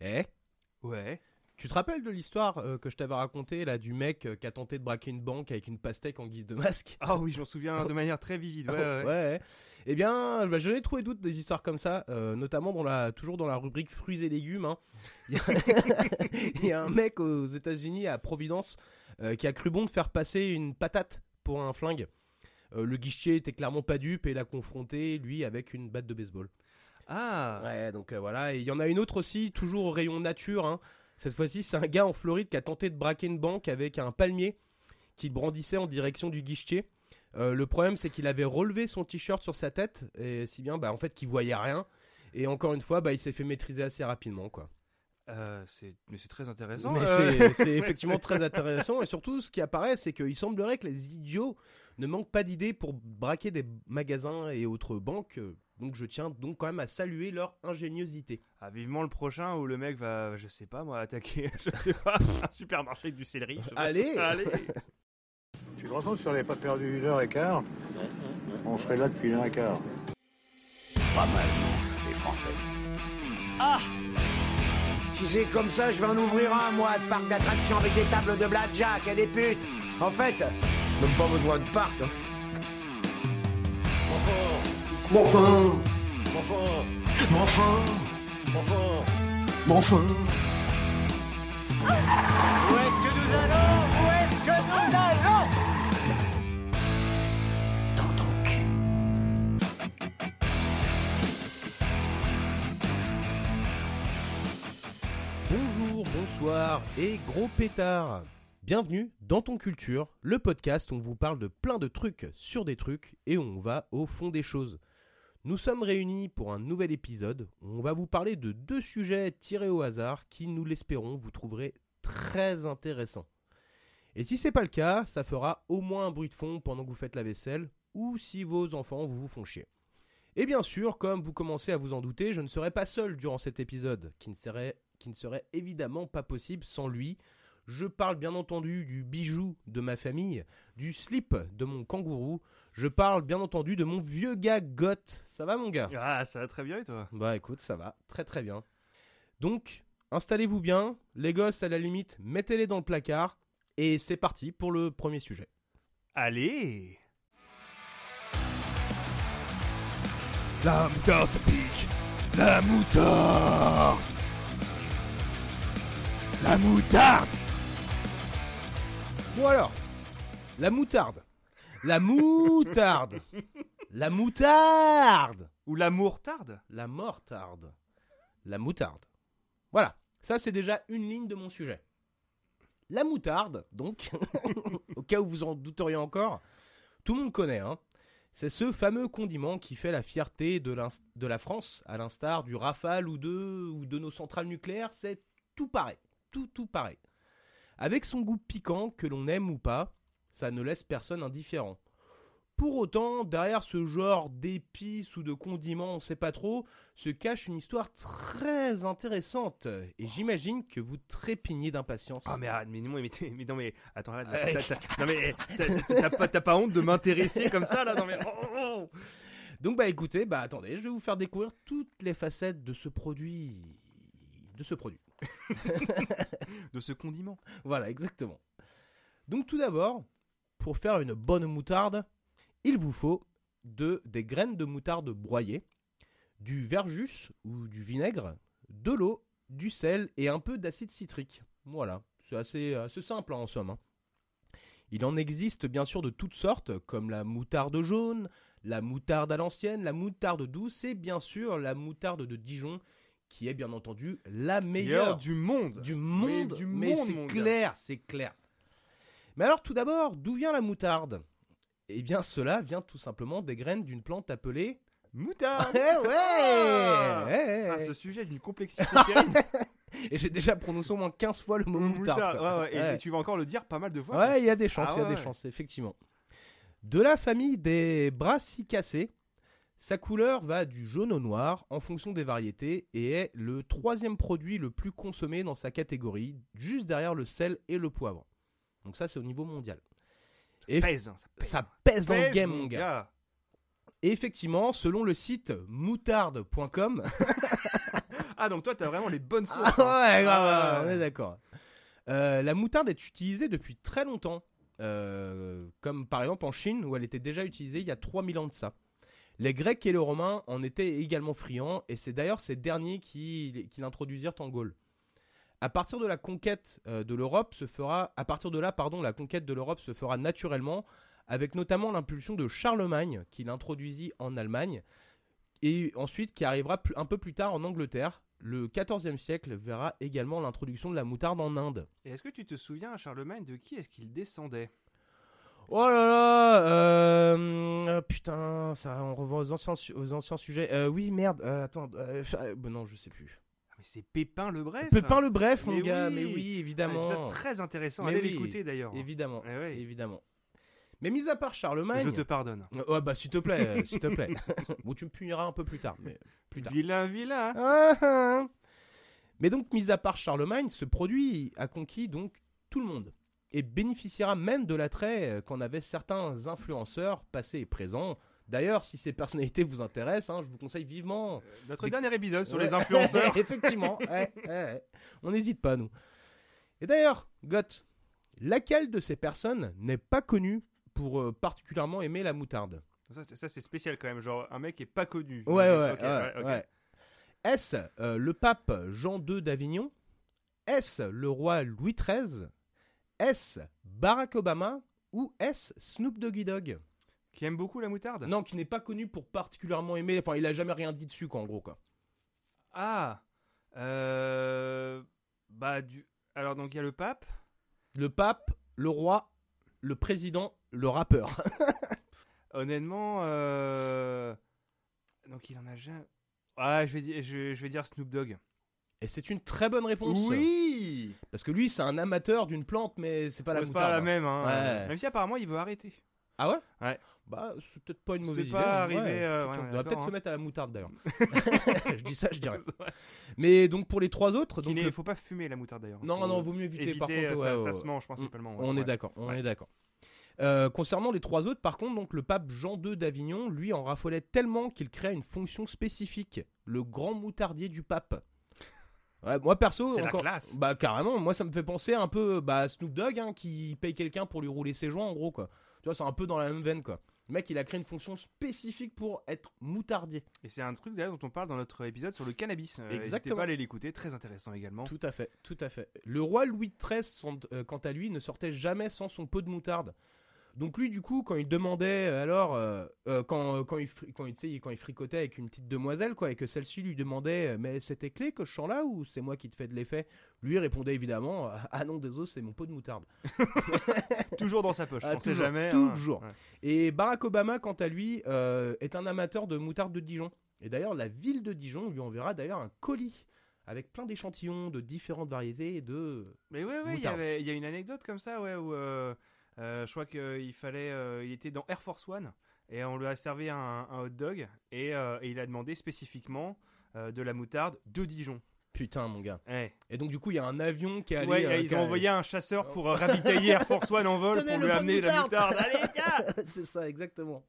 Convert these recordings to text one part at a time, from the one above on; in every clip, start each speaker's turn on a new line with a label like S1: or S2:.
S1: Eh
S2: Ouais.
S1: Tu te rappelles de l'histoire euh, que je t'avais racontée là du mec euh, qui a tenté de braquer une banque avec une pastèque en guise de masque
S2: Ah oui, je m'en souviens de manière très vivide. Ouais, ouais.
S1: Eh bien, bah, je l'ai trouvé d'autres des histoires comme ça, euh, notamment dans la, toujours dans la rubrique fruits et légumes. hein. Il y a- il y, a un mec aux États-Unis à Providence euh, qui a cru bon de faire passer une patate pour un flingue. Euh, le guichetier était clairement pas dupe et l'a confronté lui avec une batte de baseball.
S2: Ah
S1: Ouais, donc euh, voilà. Et il y en a une autre aussi, toujours au rayon nature. hein. Cette fois-ci, c'est un gars en Floride qui a tenté de braquer une banque avec un palmier qu'il brandissait en direction du guichetier. Euh, le problème, c'est qu'il avait relevé son t-shirt sur sa tête, et si bien, bah, en fait, qu'il voyait rien. Et encore une fois, bah, il s'est fait maîtriser assez rapidement, quoi.
S2: Euh, c'est- Mais c'est très intéressant.
S1: Mais
S2: euh.
S1: c'est- c'est
S2: ouais,
S1: effectivement
S2: c'est-
S1: très intéressant. Et surtout, ce qui apparaît, c'est qu'il semblerait que les idiots ne manquent pas d'idées pour braquer des magasins et autres banques. Euh, Donc, je tiens donc quand même à saluer leur ingéniosité.
S2: Ah, vivement le prochain où le mec va, je sais pas moi, attaquer, je sais pas, un supermarché avec du céleri. je sais pas.
S1: Allez
S2: Allez
S3: Tu te rends compte si on n'avait pas perdu une heure et quart On serait là depuis une heure et quart.
S4: Pas mal, c'est français.
S5: Si c'est comme ça, je vais en ouvrir un, moi, de parc d'attractions avec des tables de blackjack et des putes. En fait, même pas besoin de parc. hein.
S1: Bonjour, bonsoir et gros pétard. Bienvenue dans Ton Culture, le podcast où on vous parle de plein de trucs sur des trucs et où on va au fond des choses. Nous sommes réunis pour un nouvel épisode où on va vous parler de deux sujets tirés au hasard qui, nous l'espérons, vous trouverez très intéressants. Et si c'est pas le cas, ça fera au moins un bruit de fond pendant que vous faites la vaisselle ou si vos enfants vous font chier. Et bien sûr, comme vous commencez à vous en douter, je ne serai pas seul durant cet épisode, qui ne serait, qui ne serait évidemment pas possible sans lui. Je parle bien entendu du bijou de ma famille, du slip de mon kangourou, je parle bien entendu de mon vieux gars goth. Ça va mon gars
S2: Ah, ça va très bien et toi
S1: Bah écoute, ça va, très très bien. Donc, installez-vous bien, les gosses à la limite, mettez-les dans le placard, et c'est parti pour le premier sujet.
S2: Allez La moutarde se pique La moutarde La moutarde
S1: Bon alors, la moutarde. La moutarde. la moutarde.
S2: Ou la mourtarde
S1: La mortarde. La moutarde. Voilà, ça c'est déjà une ligne de mon sujet. La moutarde, donc, au cas où vous en douteriez encore, tout le monde connaît, hein. C'est ce fameux condiment qui fait la fierté de, l'ins- de la France, à l'instar du Rafale ou de, ou de nos centrales nucléaires, c'est tout pareil. Tout, tout pareil. Avec son goût piquant, que l'on aime ou pas, ça ne laisse personne indifférent. Pour autant, derrière ce genre d'épices ou de condiments, on sait pas trop, se cache une histoire très intéressante. Et j'imagine que vous trépignez d'impatience.
S2: Ah mais arrête, mais, non, mais, t'es- mais non mais attends arrête,
S1: Ah,
S2: là, t'as- t'as- non mais eh, t'as- t'as pas, t'as pas honte de m'intéresser comme ça là non mais oh, oh, oh.
S1: Donc bah écoutez, bah attendez, je vais vous faire découvrir toutes les facettes de ce produit de ce produit.
S2: de ce condiment.
S1: Voilà, exactement. Donc tout d'abord, pour faire une bonne moutarde, il vous faut de des graines de moutarde broyées, du verjus ou du vinaigre, de l'eau, du sel et un peu d'acide citrique. Voilà, c'est assez, assez simple hein, en somme. hein. Il en existe bien sûr de toutes sortes, comme la moutarde jaune, la moutarde à l'ancienne, la moutarde douce et bien sûr la moutarde de Dijon, qui est bien entendu la meilleure
S2: Meilleur du monde.
S1: du monde,
S2: du
S1: mais,
S2: monde,
S1: c'est
S2: mon gars.
S1: clair, c'est clair. Mais alors, tout d'abord, d'où vient la moutarde Eh bien, cela vient tout simplement des graines d'une plante appelée.
S2: Moutarde.
S1: Eh ouais
S2: Ah
S1: Eh, eh,
S2: Ah,
S1: eh.
S2: ce sujet est d'une complexité terrible.
S1: Et j'ai déjà prononcé au moins 15 fois le mot moutarde. Eh.
S2: Moutarde,
S1: quoi.
S2: ouais, ouais, et-
S1: Ouais.
S2: Et, tu vas encore le dire pas mal de fois.
S1: Ouais, il y a des chances,
S2: Ah
S1: il y a
S2: ouais,
S1: des
S2: ouais.
S1: chances, effectivement. De la famille des brassicacées, sa couleur va du jaune au noir en fonction des variétés et est le troisième produit le plus consommé dans sa catégorie, juste derrière le sel et le poivre. Donc ça, c'est au niveau mondial. Et
S2: Pèse, hein, ça pèse.
S1: ça pèse dans le
S2: Pèse,
S1: game, mon gars. Et effectivement, selon le site moutarde.com,
S2: Ah, donc toi, t'as vraiment les bonnes
S1: Ah
S2: sources. hein.
S1: ouais, grave,
S2: Ah ouais.
S1: on est d'accord. Euh, la moutarde est utilisée depuis très longtemps, euh, comme par exemple en Chine où elle était déjà utilisée il y a 3000 ans de ça. Les Grecs et les Romains en étaient également friands et c'est d'ailleurs ces derniers qui, qui l'introduisirent en Gaule. À partir de la conquête euh, de l'Europe se fera, à partir de là, pardon, la conquête de l'Europe se fera naturellement, avec notamment l'impulsion de Charlemagne qui l'introduisit en Allemagne et ensuite qui arrivera plus- un peu plus tard en Angleterre. Le XIVe siècle verra également l'introduction de la moutarde en Inde.
S2: Et est-ce que tu te souviens, Charlemagne, de qui est-ce qu'il descendait
S1: Oh là là, euh, euh, putain, ça, on revient aux anciens, su- aux anciens sujets. Euh, oui, merde, euh, attends, euh, euh, bon, non, je sais plus.
S2: Ah, Mais c'est Pépin le Bref.
S1: Pépin le bref, mon
S2: Mais
S1: gars,
S2: oui.
S1: mais oui,
S2: Un
S1: évidemment,
S2: épisode très intéressant.
S1: Mais
S2: Allez
S1: oui.
S2: l'écouter d'ailleurs.
S1: évidemment,
S2: Eh ouais.
S1: évidemment. Mais mis à part Charlemagne,
S2: Je te pardonne.
S1: oh, bah s'il te plaît, euh, s'il te plaît. Bon, tu me puniras un peu plus tard, mais plus tard.
S2: Vilain, vilain. hein.
S1: Ah, ah. Mais donc, mis à part Charlemagne, ce produit a conquis donc tout le monde et bénéficiera même de l'attrait euh, qu'en avaient certains influenceurs passés et présents. D'ailleurs, si ces personnalités vous intéressent, hein, je vous conseille vivement.
S2: Euh, Notre
S1: Des-
S2: dernier épisode sur
S1: Ouais.
S2: les influenceurs.
S1: Effectivement, ouais, ouais, ouais. on n'hésite pas, nous. Et d'ailleurs, Goth, laquelle de ces personnes n'est pas connue pour euh, particulièrement aimer la moutarde
S2: ça, c'est- ça, c'est spécial quand même. Genre, un mec est pas connu.
S1: Ouais, ouais,
S2: Ok,
S1: ouais,
S2: ok.
S1: ouais. Est-ce euh, le pape Jean II d'Avignon Est-ce le roi Louis XIII Est-ce Barack Obama Ou est-ce Snoop Doggy Dogg
S2: Qui aime beaucoup la moutarde
S1: Non, qui n'est pas connu pour particulièrement aimer. Enfin, il a jamais rien dit dessus, quoi, en gros, quoi.
S2: Ah euh, Bah, du. Alors, donc, il y a le pape.
S1: Le pape, le roi, le président, le rappeur.
S2: Honnêtement. euh, Donc, il en a jamais. Ah, je vais, dire, je, je vais dire Snoop Dogg.
S1: Et c'est une très bonne réponse.
S2: Oui
S1: Parce que lui, c'est un amateur d'une plante, mais c'est pas la
S2: C'est
S1: moutarde.
S2: pas la
S1: hein.
S2: même, hein.
S1: Ouais.
S2: Même si apparemment, il veut arrêter.
S1: Ah ouais
S2: Ouais.
S1: Bah, c'est peut-être pas une mauvaise
S2: C'est
S1: idée.
S2: pas
S1: hein.
S2: arrivé,
S1: Ouais,
S2: euh,
S1: putain,
S2: ouais,
S1: on devrait peut-être
S2: d'accord,
S1: se
S2: hein.
S1: mettre à la moutarde d'ailleurs. je dis ça, je dirais. Mais donc pour les trois autres,
S2: Il
S1: donc
S2: ne
S1: le-
S2: faut pas fumer la moutarde d'ailleurs.
S1: non,
S2: Faut
S1: non, vaut mieux éviter. par contre,
S2: éviter, euh,
S1: ouais,
S2: ça,
S1: ouais,
S2: ça
S1: ouais.
S2: se mange principalement. ouais,
S1: on
S2: ouais.
S1: est d'accord, on
S2: Ouais.
S1: est d'accord. Euh, concernant les trois autres, par contre, donc le pape Jean II d'Avignon, lui, en raffolait tellement qu'il créa une fonction spécifique, le grand moutardier du pape. Ouais, moi perso,
S2: C'est la
S1: encore-
S2: classe.
S1: bah carrément, moi ça me fait penser un peu bah, à Snoop Dogg hein, qui paye quelqu'un pour lui rouler ses joints en gros quoi. Tu vois, c'est un peu dans la même veine quoi. Le mec, il a créé une fonction spécifique pour être moutardier.
S2: Et c'est un truc d'ailleurs dont on parle dans notre épisode sur le cannabis. Euh, N'hésitez
S1: Exactement.
S2: pas à aller l'écouter, très intéressant également.
S1: Tout à fait, tout à fait. Le roi Louis XIII, son- euh, quant à lui, ne sortait jamais sans son pot de moutarde. Donc lui, du coup, quand il demandait, euh, alors, euh, euh, quand, euh, quand, il, fri- quand, il, tu sais, quand il fricotait avec une petite demoiselle, quoi, et que celle-ci lui demandait, euh, mais c'était clé que je chante là ou c'est moi qui te fais de l'effet Lui répondait évidemment, ah non, désolé, c'est mon pot de moutarde.
S2: toujours dans sa poche,
S1: Ah,
S2: on sait
S1: toujours,
S2: jamais. hein.
S1: toujours.
S2: Ouais.
S1: Et Barack Obama, quant à lui, euh, est un amateur de moutarde de Dijon. Et d'ailleurs, la ville de Dijon lui enverra d'ailleurs un colis avec plein d'échantillons de différentes variétés et de... euh,
S2: Mais ouais, ouais, il y,
S1: Moutarde.
S2: avait- il y a une anecdote comme ça, ouais, où euh, euh, je crois qu'il fallait, euh, il était dans Air Force One et on lui a servi un, un hot dog et, euh, et il a demandé spécifiquement euh, de la moutarde de Dijon.
S1: Putain, mon gars.
S2: Ouais.
S1: Et donc, du coup, il y a un avion qui est allé.
S2: Ouais,
S1: euh, qui
S2: ils
S1: a-
S2: ont envoyé un chasseur pour euh, ravitailler Air Force One en vol
S1: Tenez
S2: pour
S1: le pot
S2: lui
S1: de
S2: amener la
S1: moutarde.
S2: moutarde. Allez, tiens
S1: C'est ça, exactement.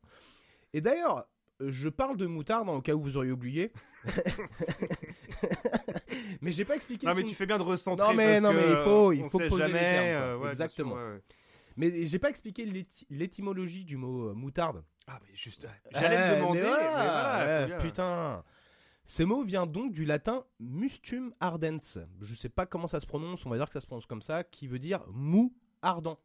S1: Et d'ailleurs, euh, je parle de moutarde hein, au cas où vous auriez oublié. mais j'ai pas expliqué.
S2: Non, mais
S1: son-
S2: tu fais bien de recentrer.
S1: Non, mais-
S2: parce
S1: non,
S2: que,
S1: mais il
S2: euh,
S1: faut- il
S2: on
S1: faut
S2: sait
S1: poser les
S2: jamais.
S1: termes, quoi.
S2: euh, ouais, bien sûr,
S1: Exactement.
S2: ouais, ouais.
S1: mais j'ai pas expliqué l'éty- l'étymologie du mot euh, moutarde.
S2: Ah, mais juste. ouais, J'allais
S1: Eh,
S2: te
S1: mais
S2: demander. mais
S1: voilà,
S2: voilà,
S1: ouais,
S2: faut bien.
S1: putain. Ce mot vient donc du latin mustum ardens. Je sais pas comment ça se prononce, on va dire que ça se prononce comme ça, qui veut dire mou ardent.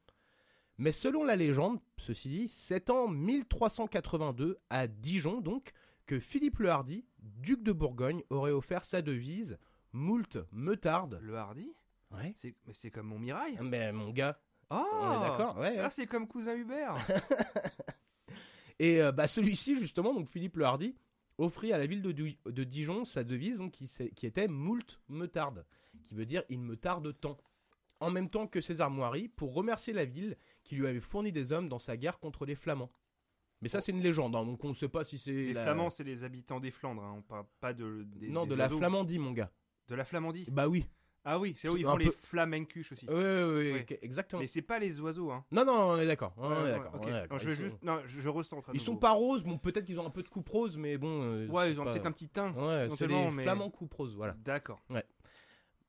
S1: Mais selon la légende, ceci dit, c'est en 1382, à Dijon donc, que Philippe le Hardy, duc de Bourgogne, aurait offert sa devise moult me tarde.
S2: Le Hardy
S1: Ouais.
S2: c'est- Mais c'est comme mon Mirail.
S1: Mais mon gars,
S2: Oh
S1: on est d'accord, ouais, ouais.
S2: Ah, c'est comme cousin Hubert.
S1: Et euh, bah, celui-ci, justement, donc Philippe le Hardy, offrit à la ville de, Dui- de Dijon sa devise donc, qui, s'est- qui était Moult me tarde, qui veut dire il me tarde tant. En même temps que ses armoiries, pour remercier la ville qui lui avait fourni des hommes dans sa guerre contre les Flamands. Mais ça, c'est une légende, hein, donc on ne sait pas si c'est.
S2: Oh. les
S1: la-
S2: Flamands, c'est les habitants des Flandres. hein, On parle pas de. des-
S1: Non,
S2: des
S1: de la
S2: oiseaux.
S1: Flamandie, mon gars.
S2: De la Flamandie.
S1: Bah oui.
S2: Ah oui, c'est où ils
S1: Un
S2: font les
S1: peu- Euh,
S2: flamencuches aussi.
S1: Oui, oui,
S2: Oui.
S1: oui, exactement.
S2: Mais c'est pas les oiseaux, hein.
S1: Non, non, on est d'accord. On
S2: Ouais,
S1: est
S2: ouais,
S1: Ah, d'accord.
S2: ok.
S1: on est d'accord.
S2: Non, Je veux
S1: Ils sont-
S2: juste, non, je, je recentre. à
S1: Ils sont
S2: nouveau.
S1: pas roses, bon, peut-être qu'ils ont un peu de coupe rose, mais bon. euh,
S2: Ouais,
S1: c'est
S2: ils ont
S1: pas-
S2: peut-être un petit teint.
S1: Ouais, c'est
S2: éventuellement,
S1: des
S2: mais-
S1: flamands coupe rose, voilà.
S2: D'accord.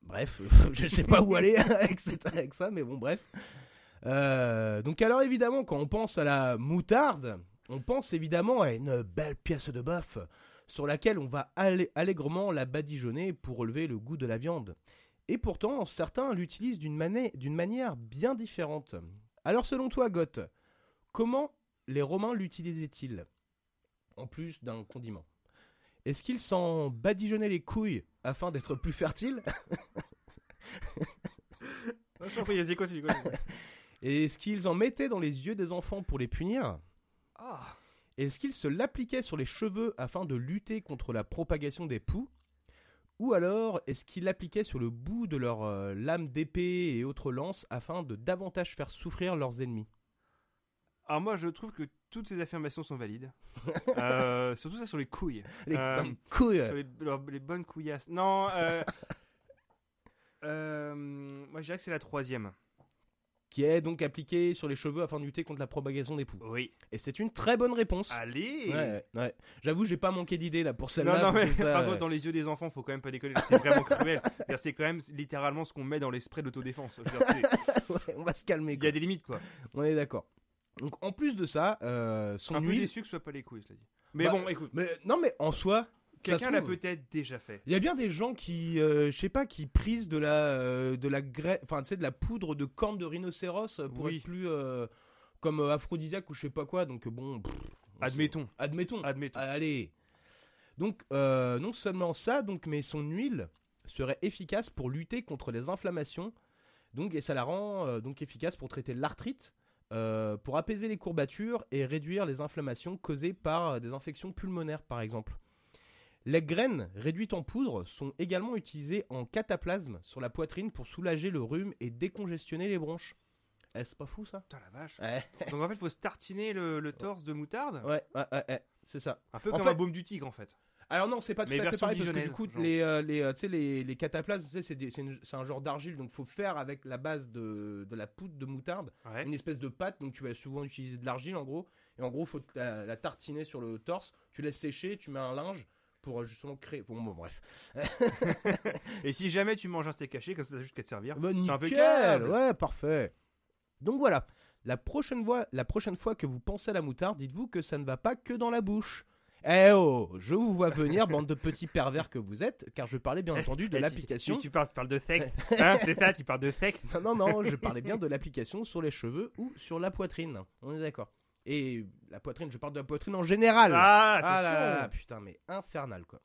S1: Bref, je sais pas où aller avec, cette- avec ça, mais bon, bref. Euh, donc, alors évidemment, quand on pense à la moutarde, on pense évidemment à une belle pièce de bœuf sur laquelle on va allé- allègrement la badigeonner pour relever le goût de la viande. Et pourtant, certains l'utilisent d'une mané- d'une manière bien différente. Alors, selon toi, Goth, comment les Romains l'utilisaient-ils En plus d'un condiment. Est-ce qu'ils s'en badigeonnaient les couilles afin d'être plus fertiles
S2: Ah, je t'en prie, vas-y, continue, continue.
S1: Et est-ce qu'ils en mettaient dans les yeux des enfants pour les punir
S2: Ah,
S1: Est-ce qu'ils se l'appliquaient sur les cheveux afin de lutter contre la propagation des poux Ou alors est-ce qu'ils l'appliquaient sur le bout de leurs euh, lames d'épée et autres lances afin de davantage faire souffrir leurs ennemis
S2: Alors moi, je trouve que toutes ces affirmations sont valides. Euh, surtout ça sur les couilles.
S1: Les
S2: Euh,
S1: bonnes couilles
S2: sur les, leurs- les bonnes couillasses. Non, euh, euh, moi je dirais que c'est la troisième.
S1: Qui est donc appliquée sur les cheveux afin de lutter contre la propagation des poux.
S2: Oui.
S1: Et c'est une très bonne réponse
S2: Allez
S1: Ouais, ouais, ouais. J'avoue, j'ai pas manqué d'idées là pour
S2: Non,
S1: celle-là.
S2: non, mais
S1: parce que euh, ça,
S2: par
S1: ouais.
S2: contre, dans les yeux des enfants, faut quand même pas déconner, là, c'est vraiment cruel. C'est-à-dire, C'est quand même littéralement ce qu'on met dans les sprays d'autodéfense. Je veux dire, c'est-
S1: Ouais, on va se calmer.
S2: Il y a
S1: quoi.
S2: des limites, quoi.
S1: On est d'accord. Donc en plus de ça, euh, son
S2: Un peu
S1: huile.
S2: déçu que ce soit pas les couilles, je l'ai dit. Mais
S1: Bah,
S2: bon, écoute,
S1: Mais non, mais en soi, ça
S2: quelqu'un
S1: se
S2: l'a
S1: trouve.
S2: peut-être déjà fait.
S1: Il y a bien des gens qui, euh, je sais pas, qui prisent de la, euh, de la graisse, enfin tu sais, de la poudre de corne de rhinocéros euh, pour
S2: Oui.
S1: être plus euh, comme euh, aphrodisiaque ou je sais pas quoi. Donc euh, bon, pff, on
S2: Admettons,
S1: sait- admettons,
S2: admettons.
S1: allez. Donc euh, non seulement ça, donc mais son huile serait efficace pour lutter contre les inflammations, donc et ça la rend euh, donc efficace pour traiter l'arthrite, euh, pour apaiser les courbatures et réduire les inflammations causées par euh, des infections pulmonaires par exemple. Les graines réduites en poudre sont également utilisées en cataplasme sur la poitrine pour soulager le rhume et décongestionner les bronches. Eh, c'est pas fou ça
S2: Putain, la vache.
S1: Ouais,
S2: Donc en fait, faut se tartiner le, le torse de moutarde.
S1: ouais, ouais, ouais, ouais, c'est ça.
S2: Un peu
S1: En
S2: comme
S1: fait-
S2: un baume du tigre, en fait.
S1: Alors non, c'est pas tout à
S2: Mais
S1: fait
S2: version
S1: pareil parce que du
S2: dijonnaise,
S1: coup,
S2: genre.
S1: les, euh, les, euh, tu sais, les, les cataplasmes, tu sais, c'est des- c'est une- c'est un genre d'argile, donc faut faire avec la base de, de la poudre de moutarde
S2: Ouais.
S1: une espèce de pâte, donc tu vas souvent utiliser de l'argile en gros, et en gros faut te la, la tartiner sur le torse, tu laisses sécher, tu mets un linge pour euh, justement créer. Bon, bon bref.
S2: Et si jamais tu manges un steak caché, comme ça, t'as juste qu'à te servir.
S1: Bah,
S2: c'est
S1: nickel,
S2: impeccable.
S1: ouais, parfait. Donc voilà, la prochaine fois, la prochaine fois que vous pensez à la moutarde, dites-vous que ça ne va pas que dans la bouche. Eh oh, je vous vois venir, bande de petits pervers que vous êtes, car je parlais bien entendu de
S2: Eh, tu-
S1: l'application.
S2: Tu, tu parles, tu parles de sexe. hein, c'est ça, tu parles de sexe.
S1: Non, non, non, je parlais bien de l'application sur les cheveux ou sur la poitrine. On est d'accord. Et la poitrine, je parle de la poitrine en général.
S2: Ah, attention.
S1: Ah là là là, putain, mais infernal quoi.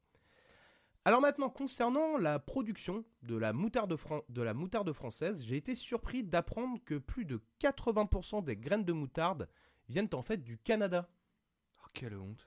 S1: Alors maintenant, concernant la production de la moutarde, fran- de la moutarde française, j'ai été surpris d'apprendre que plus de 80% des graines de moutarde viennent en fait du Canada.
S2: Oh, quelle honte.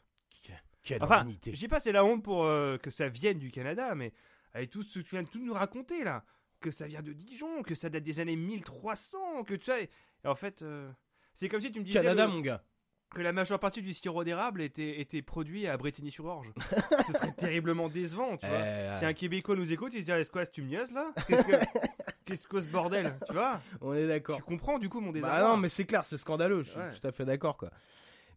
S1: Quelle
S2: Enfin,
S1: indignité.
S2: je dis pas c'est la honte pour euh, que ça vienne du Canada, mais avec tout ce que tu viens de tout nous raconter là, que ça vient de Dijon, que ça date des années 1300, que tu sais. et en fait, euh, c'est comme si tu me disais
S1: Canada,
S2: le-
S1: mon gars.
S2: que la majeure partie du sirop d'érable était, était produit à Bretigny-sur-Orge. ce serait terriblement décevant, tu vois.
S1: Eh,
S2: Si un Québécois nous écoute, il se dirait, c'est quoi, tu me niaises, là Qu'est-ce que, qu'est-ce que ce bordel, tu vois
S1: On est d'accord.
S2: Tu comprends du coup mon désarroi
S1: Bah non, mais c'est clair, c'est scandaleux, je suis
S2: Ouais.
S1: tout à fait d'accord quoi.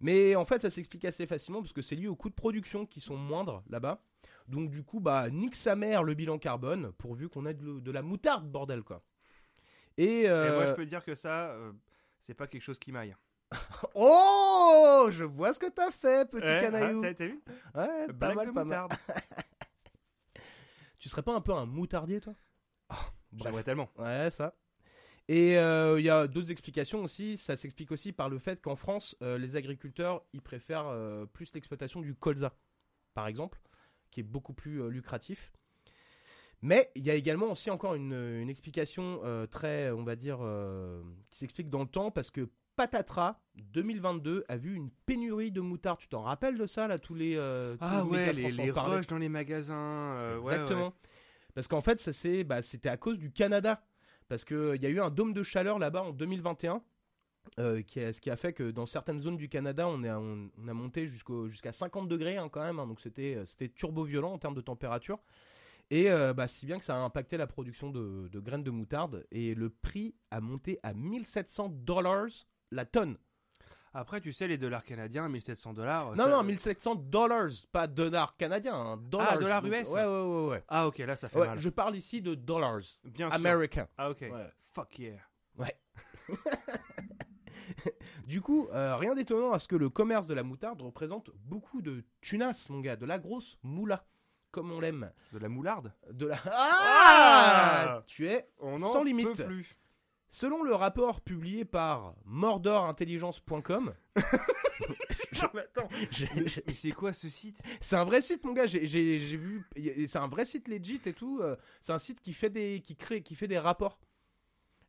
S1: Mais en fait, ça s'explique assez facilement parce que c'est lié aux coûts de production qui sont moindres là-bas. Donc du coup, bah nique sa mère le bilan carbone pourvu qu'on ait de, le- de la moutarde bordel quoi. Et,
S2: Et
S1: euh,
S2: moi, je peux te dire que ça, euh, c'est pas quelque chose qui m'aille.
S1: oh, je vois ce que t'as fait, petit
S2: Ouais,
S1: canaillou.
S2: ah, t'as- T'as vu
S1: Ouais, pas
S2: Blague
S1: mal,
S2: de
S1: pas mal.
S2: moutarde.
S1: Tu serais pas un peu un moutardier toi
S2: Oh,
S1: Bref.
S2: J'aimerais tellement.
S1: Ouais, ça. Et euh, il y a d'autres explications aussi. Ça s'explique aussi par le fait qu'en France, euh, les agriculteurs, ils préfèrent euh, plus l'exploitation du colza, par exemple, qui est beaucoup plus euh, lucratif. Mais il y a également aussi encore une, une explication euh, très, on va dire, euh, qui s'explique dans le temps parce que Patatras 2022 a vu une pénurie de moutarde. Tu t'en rappelles de ça là tous les euh, tous
S2: Ah
S1: les
S2: ouais,
S1: médias
S2: les,
S1: français en
S2: les
S1: parlaient.
S2: rushs dans les magasins. euh, ouais, ouais.
S1: Exactement. Parce qu'en fait, ça c'est, bah, c'était à cause du Canada. Parce qu'il y a eu un dôme de chaleur là-bas en 2021, euh, qui a- ce qui a fait que dans certaines zones du Canada, on, est à- on, on a monté jusqu'au, jusqu'à 50 degrés hein, quand même. hein. donc c'était, euh, c'était turbo-violent en termes de température. Et euh, bah, si bien que ça a impacté la production de, de graines de moutarde et le prix a monté à 1700 dollars la tonne.
S2: Après, tu sais, les dollars canadiens, 1700 dollars.
S1: non, non, 1700 dollars, pas dollars canadiens, hein, dollars.
S2: Ah, dollars
S1: Donc,
S2: US.
S1: Ouais, ouais, ouais. ouais.
S2: Ah, ok, là, ça fait
S1: Ouais,
S2: mal.
S1: je parle ici de dollars
S2: Bien sûr.
S1: américains.
S2: Ah, ok.
S1: Ouais.
S2: Fuck yeah.
S1: Du coup, euh, rien d'étonnant à ce que le commerce de la moutarde représente beaucoup de tunas, mon gars, de la grosse moula, comme on l'aime.
S2: De la moularde
S1: De la.
S2: Ah
S1: Tu es
S2: On
S1: Sans
S2: en
S1: limite.
S2: peut plus.
S1: Selon le rapport publié par mordorintelligence.com,
S2: Non, mais attends.
S1: j'ai-
S2: Mais,
S1: j'ai-
S2: mais c'est quoi ce site
S1: c'est un vrai site, mon gars. J'ai j'ai- j'ai vu, y a- c'est un vrai site legit et tout. euh, C'est un site qui fait des, qui crée, qui fait des rapports.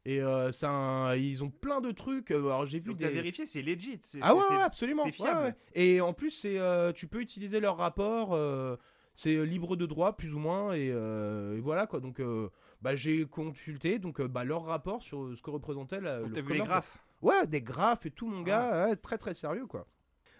S1: Et euh, c'est un- ils ont plein de trucs. euh, Alors j'ai vu
S2: Donc,
S1: des.
S2: t'as vérifié, c'est legit. c'est-
S1: Ah ouais,
S2: c'est-
S1: ouais,
S2: c'est-
S1: absolument.
S2: C'est fiable.
S1: Ouais, ouais. Et en plus, c'est, euh, tu peux utiliser leur rapport. euh, c'est euh, libre de droit, plus ou moins. Et, euh, et voilà quoi. Donc, euh, bah, j'ai consulté donc euh, bah, leur rapport sur euh, ce que représentait la,
S2: Donc,
S1: le
S2: t'as vu les
S1: commerce.
S2: graphes
S1: Ouais, des graphes et tout, mon gars. ouais, très très sérieux quoi.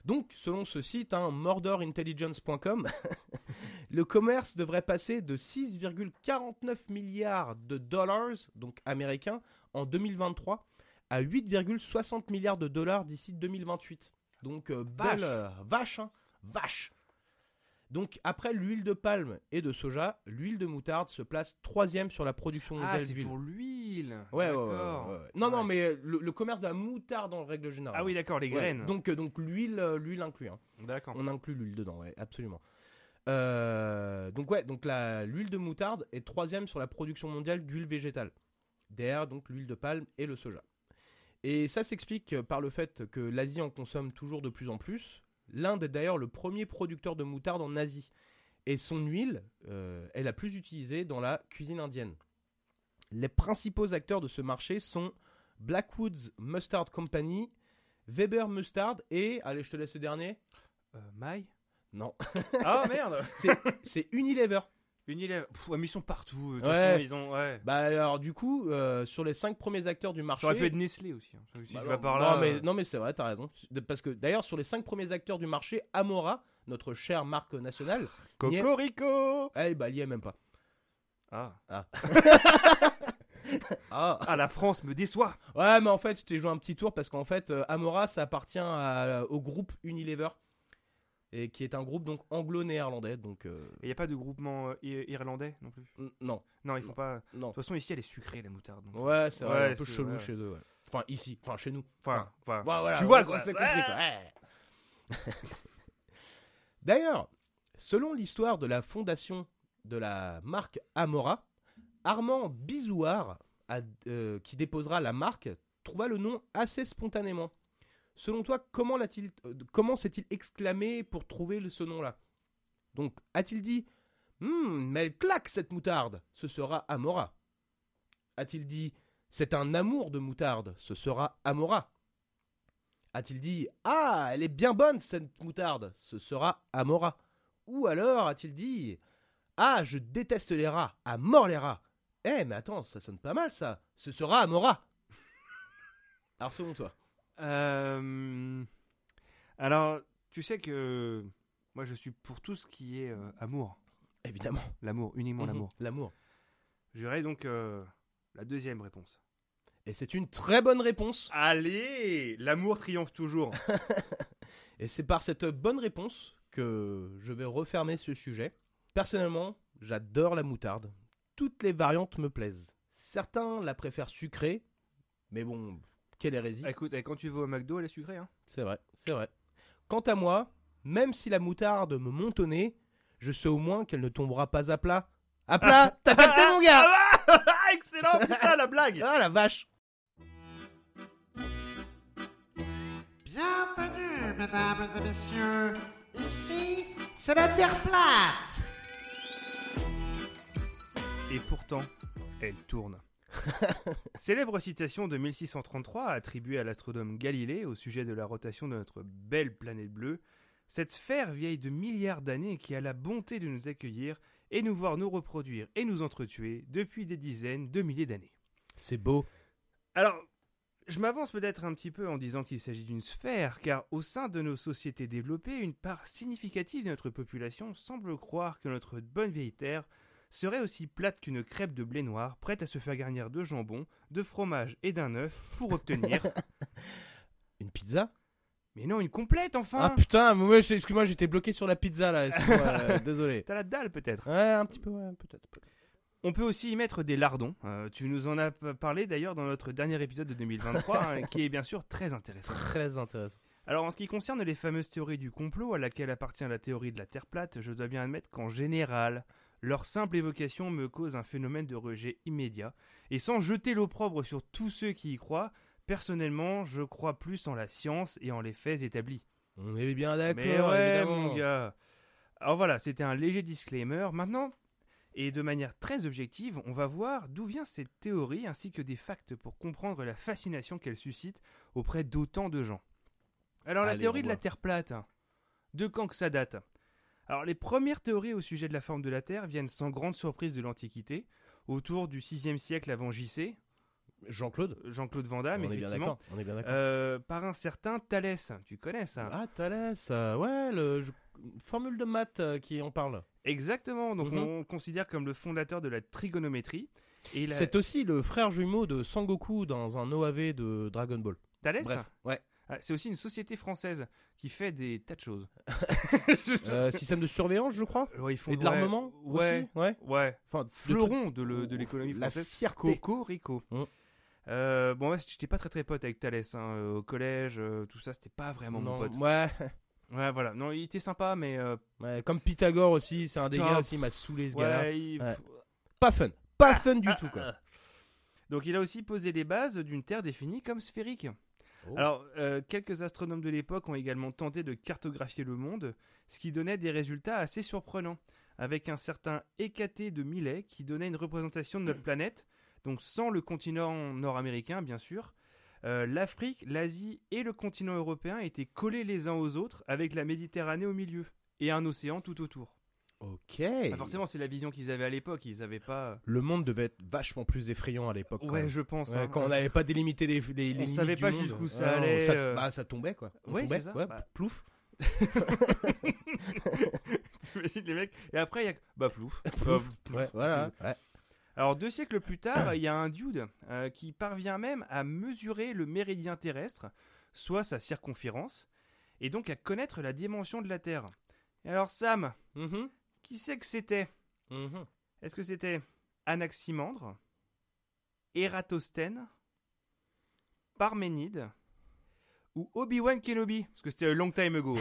S1: Donc, selon ce site, hein, murderintelligence.com, le commerce devrait passer de 6,49 milliards de dollars, donc américains, en 2023 à 8,60 milliards de dollars d'ici 2028. Donc, euh,
S2: Vache.
S1: belle euh, vache, hein, vache. Donc, après l'huile de palme et de soja, l'huile de moutarde se place troisième sur la production
S2: Ah,
S1: mondiale
S2: c'est
S1: d'huile.
S2: pour l'huile.
S1: Ouais, ouais, ouais,
S2: D'accord.
S1: ouais, ouais. Non, non,
S2: Ouais.
S1: mais euh, le, le commerce de la moutarde en règle générale.
S2: Ah oui, d'accord, les
S1: Ouais,
S2: graines.
S1: Donc, euh, donc l'huile, euh, l'huile inclue. hein.
S2: D'accord.
S1: On inclut l'huile dedans, ouais, absolument. Euh, donc ouais, donc la- l'huile de moutarde est troisième sur la production mondiale d'huile végétale. Derrière donc l'huile de palme et le soja. Et ça s'explique par le fait que l'Asie en consomme toujours de plus en plus. L'Inde est d'ailleurs le premier producteur de moutarde en Asie. Et son huile euh, est la plus utilisée dans la cuisine indienne. Les principaux acteurs de ce marché sont Blackwoods Mustard Company, Weber Mustard et, allez, je te laisse le dernier.
S2: Euh, maille
S1: Non,
S2: Ah merde
S1: c'est c'est Unilever.
S2: Unilever. Pff, ouais, mais ils sont partout. euh, De toute
S1: Ouais.
S2: façon, ils ont. Ouais.
S1: Bah alors du coup, euh, sur les cinq premiers acteurs du marché.
S2: Ça aurait pu être Nestlé aussi. hein. Si
S1: Bah
S2: tu
S1: non,
S2: vas par
S1: non,
S2: là.
S1: mais,
S2: euh,
S1: non mais c'est vrai, t'as raison. De- Parce que d'ailleurs sur les cinq premiers acteurs du marché, Amora, notre chère marque nationale, n'y est-
S4: Cocorico
S1: eh bah elle y est même pas.
S2: Ah.
S1: Ah.
S2: Ah, la France me déçoit.
S1: Ouais mais en fait je t'ai joué un petit tour parce qu'en fait euh, Amora ça appartient à- euh, au groupe Unilever et qui est un groupe donc anglo-néerlandais donc euh,
S2: Il n'y a pas de groupement euh, i- irlandais non plus.
S1: n- non
S2: Non, Oh. il faut
S1: Non.
S2: pas. De
S1: non
S2: toute façon, ici, elle est sucrée, la moutarde. donc.
S1: ouais c'est vrai,
S2: Ouais,
S1: un peu
S2: c'est-
S1: chelou
S2: ouais.
S1: chez eux ouais. enfin ici enfin chez nous
S2: Enfin, enfin.
S1: Voilà, voilà,
S2: tu vois,
S1: on-
S2: quoi.
S1: on s'est
S2: Ouais.
S1: compris, quoi, ouais. D'ailleurs, selon l'histoire de la fondation de la marque Amora, Armand Bizouard, a- euh, qui déposera la marque, trouva le nom assez spontanément. Selon toi, comment, l'a-t-il- euh, comment s'est-il exclamé pour trouver le- ce nom-là Donc, a-t-il dit Hum, mais elle claque cette moutarde Ce sera Amora. A-t-il dit C'est un amour de moutarde Ce sera Amora. A-t-il dit Ah, elle est bien bonne cette moutarde Ce sera Amora. Ou alors a-t-il dit Ah, je déteste les rats, à mort les rats Eh, mais attends, ça sonne pas mal ça Ce sera Amora Alors selon toi
S2: Euh, Alors, tu sais que. Moi, je suis pour tout ce qui est euh, amour.
S1: Évidemment.
S2: L'amour, uniquement l'amour.
S1: L'amour.
S2: Je dirais donc euh, la deuxième réponse.
S1: Et c'est une très bonne réponse.
S2: Allez L'amour triomphe toujours.
S1: Et c'est par cette bonne réponse que je vais refermer ce sujet. Personnellement, j'adore la moutarde. Toutes les variantes me plaisent. Certains la préfèrent sucrée, mais bon, quelle hérésie.
S2: Écoute, eh, quand tu vas au McDo, elle est sucrée. Hein.
S1: C'est vrai, c'est vrai. Quant à moi, même si la moutarde me montonnait, je sais au moins qu'elle ne tombera pas à plat. À plat T'as capté mon gars
S2: Ah, excellent Putain, la blague
S1: Ah la vache
S6: Bienvenue, mesdames et messieurs. Ici, c'est la Terre plate.
S2: Et pourtant, elle tourne. Célèbre citation de 1633 attribuée à l'astronome Galilée au sujet de la rotation de notre belle planète bleue, cette sphère vieille de milliards d'années qui a la bonté de nous accueillir et nous voir nous reproduire et nous entretuer depuis des dizaines de milliers d'années.
S1: C'est beau.
S2: Alors, je m'avance peut-être un petit peu en disant qu'il s'agit d'une sphère, car au sein de nos sociétés développées, une part significative de notre population semble croire que notre bonne vieille Terre serait aussi plate qu'une crêpe de blé noir prête à se faire garnir de jambon, de fromage et d'un œuf pour obtenir.
S1: Une pizza
S2: Mais non, une complète
S1: Ah
S2: enfin
S1: putain, moi, j'ai- excuse-moi, j'étais bloqué sur la pizza là, excuse-moi, euh, désolé.
S2: T'as la dalle peut-être.
S1: Ouais, un petit peu, ouais, peut-être.
S2: On peut aussi y mettre des lardons. Euh, tu nous en as p- parlé d'ailleurs dans notre dernier épisode de 2023, hein, qui est bien sûr très intéressant.
S1: Très intéressant.
S2: Alors en ce qui concerne les fameuses théories du complot à laquelle appartient la théorie de la Terre plate, je dois bien admettre qu'en général, leur simple évocation me cause un phénomène de rejet immédiat, et sans jeter l'opprobre sur tous ceux qui y croient, personnellement je crois plus en la science et en les faits établis.
S1: On est bien d'accord,
S2: Mais ouais,
S1: évidemment.
S2: mon gars. Alors voilà, c'était un léger disclaimer. Maintenant, et de manière très objective, on va voir d'où vient cette théorie ainsi que des facts pour comprendre la fascination qu'elle suscite auprès d'autant de gens. Alors la
S1: Allez,
S2: théorie de
S1: revois.
S2: la Terre plate, hein. de quand que ça date Alors les premières théories au sujet de la forme de la Terre viennent sans grande surprise de l'Antiquité, autour du 6e siècle avant JC,
S1: Jean-Claude
S2: Jean-Claude Van Damme,
S1: On est bien
S2: effectivement,
S1: d'accord, on est bien d'accord.
S2: euh, par un certain Thalès, tu connais ça
S1: Ah, Thalès, euh, ouais, le, je- formule de maths euh, qui en parle.
S2: Exactement, donc
S1: Mhm.
S2: on le considère comme le fondateur de la trigonométrie. Et la...
S1: C'est aussi le frère jumeau de Sangoku dans un OAV de Dragon Ball.
S2: Thalès,
S1: Bref, ouais.
S2: ah, c'est aussi une société française qui fait des tas de choses.
S1: Euh, système de surveillance, je crois
S2: Ouais, ils font
S1: Et de l'armement
S2: Ouais,
S1: aussi Ouais.
S2: ouais.
S1: Enfin, de trucs-
S2: Fleuron de, le- de l'économie
S1: La
S2: française.
S1: fierté.
S2: Cocorico.
S1: Mhm.
S2: Euh, bon, ouais, j'étais pas très très pote avec Thalès hein, euh, au collège, euh, tout ça, c'était pas vraiment mon
S1: Non,
S2: pote.
S1: ouais.
S2: Ouais, voilà. Non, il était sympa, mais euh,
S1: ouais, comme Pythagore aussi, c'est un des
S2: Putain,
S1: gars aussi, il m'a saoulé ce gars-là.
S2: ouais, Ah, il-
S1: Ouais. Pas fun, pas fun du tout quoi.
S2: Donc il a aussi posé les bases d'une Terre définie comme sphérique.
S1: Oh.
S2: Alors, euh, quelques astronomes de l'époque ont également tenté de cartographier le monde, ce qui donnait des résultats assez surprenants, avec un certain Hécaté de Millet qui donnait une représentation de notre planète, donc sans le continent nord-américain bien sûr. Euh, L'Afrique, l'Asie et le continent européen étaient collés les uns aux autres, avec la Méditerranée au milieu, et un océan tout autour.
S1: Ok.
S2: Ah, forcément, c'est la vision qu'ils avaient à l'époque, ils n'avaient pas...
S1: Le monde devait être vachement plus effrayant à l'époque. Oh, quand
S2: Ouais,
S1: même.
S2: je pense.
S1: Ouais,
S2: hein.
S1: quand on n'avait pas délimité les, les, les
S2: On
S1: limites
S2: savait
S1: du
S2: pas
S1: monde.
S2: jusqu'où ça
S1: Ah non,
S2: allait,
S1: Ça,
S2: euh.
S1: bah, ça tombait quoi. On
S2: Ouais,
S1: tombait,
S2: c'est ça,
S1: ouais,
S2: bah.
S1: plouf.
S2: T'imagines les mecs Et après, il y a. Bah, plouf. Bah, plouf.
S1: Ouais, voilà. ouais.
S2: Alors, deux siècles plus tard, il y a un dude euh, qui parvient même à mesurer le méridien terrestre, soit sa circonférence, et donc à connaître la dimension de la Terre. Et alors, Sam,
S1: Mhm,
S2: qui c'est que c'était
S1: mhm.
S2: Est-ce que c'était Anaximandre Ératosthène Parménide Ou Obi-Wan Kenobi Parce que c'était a long time ago.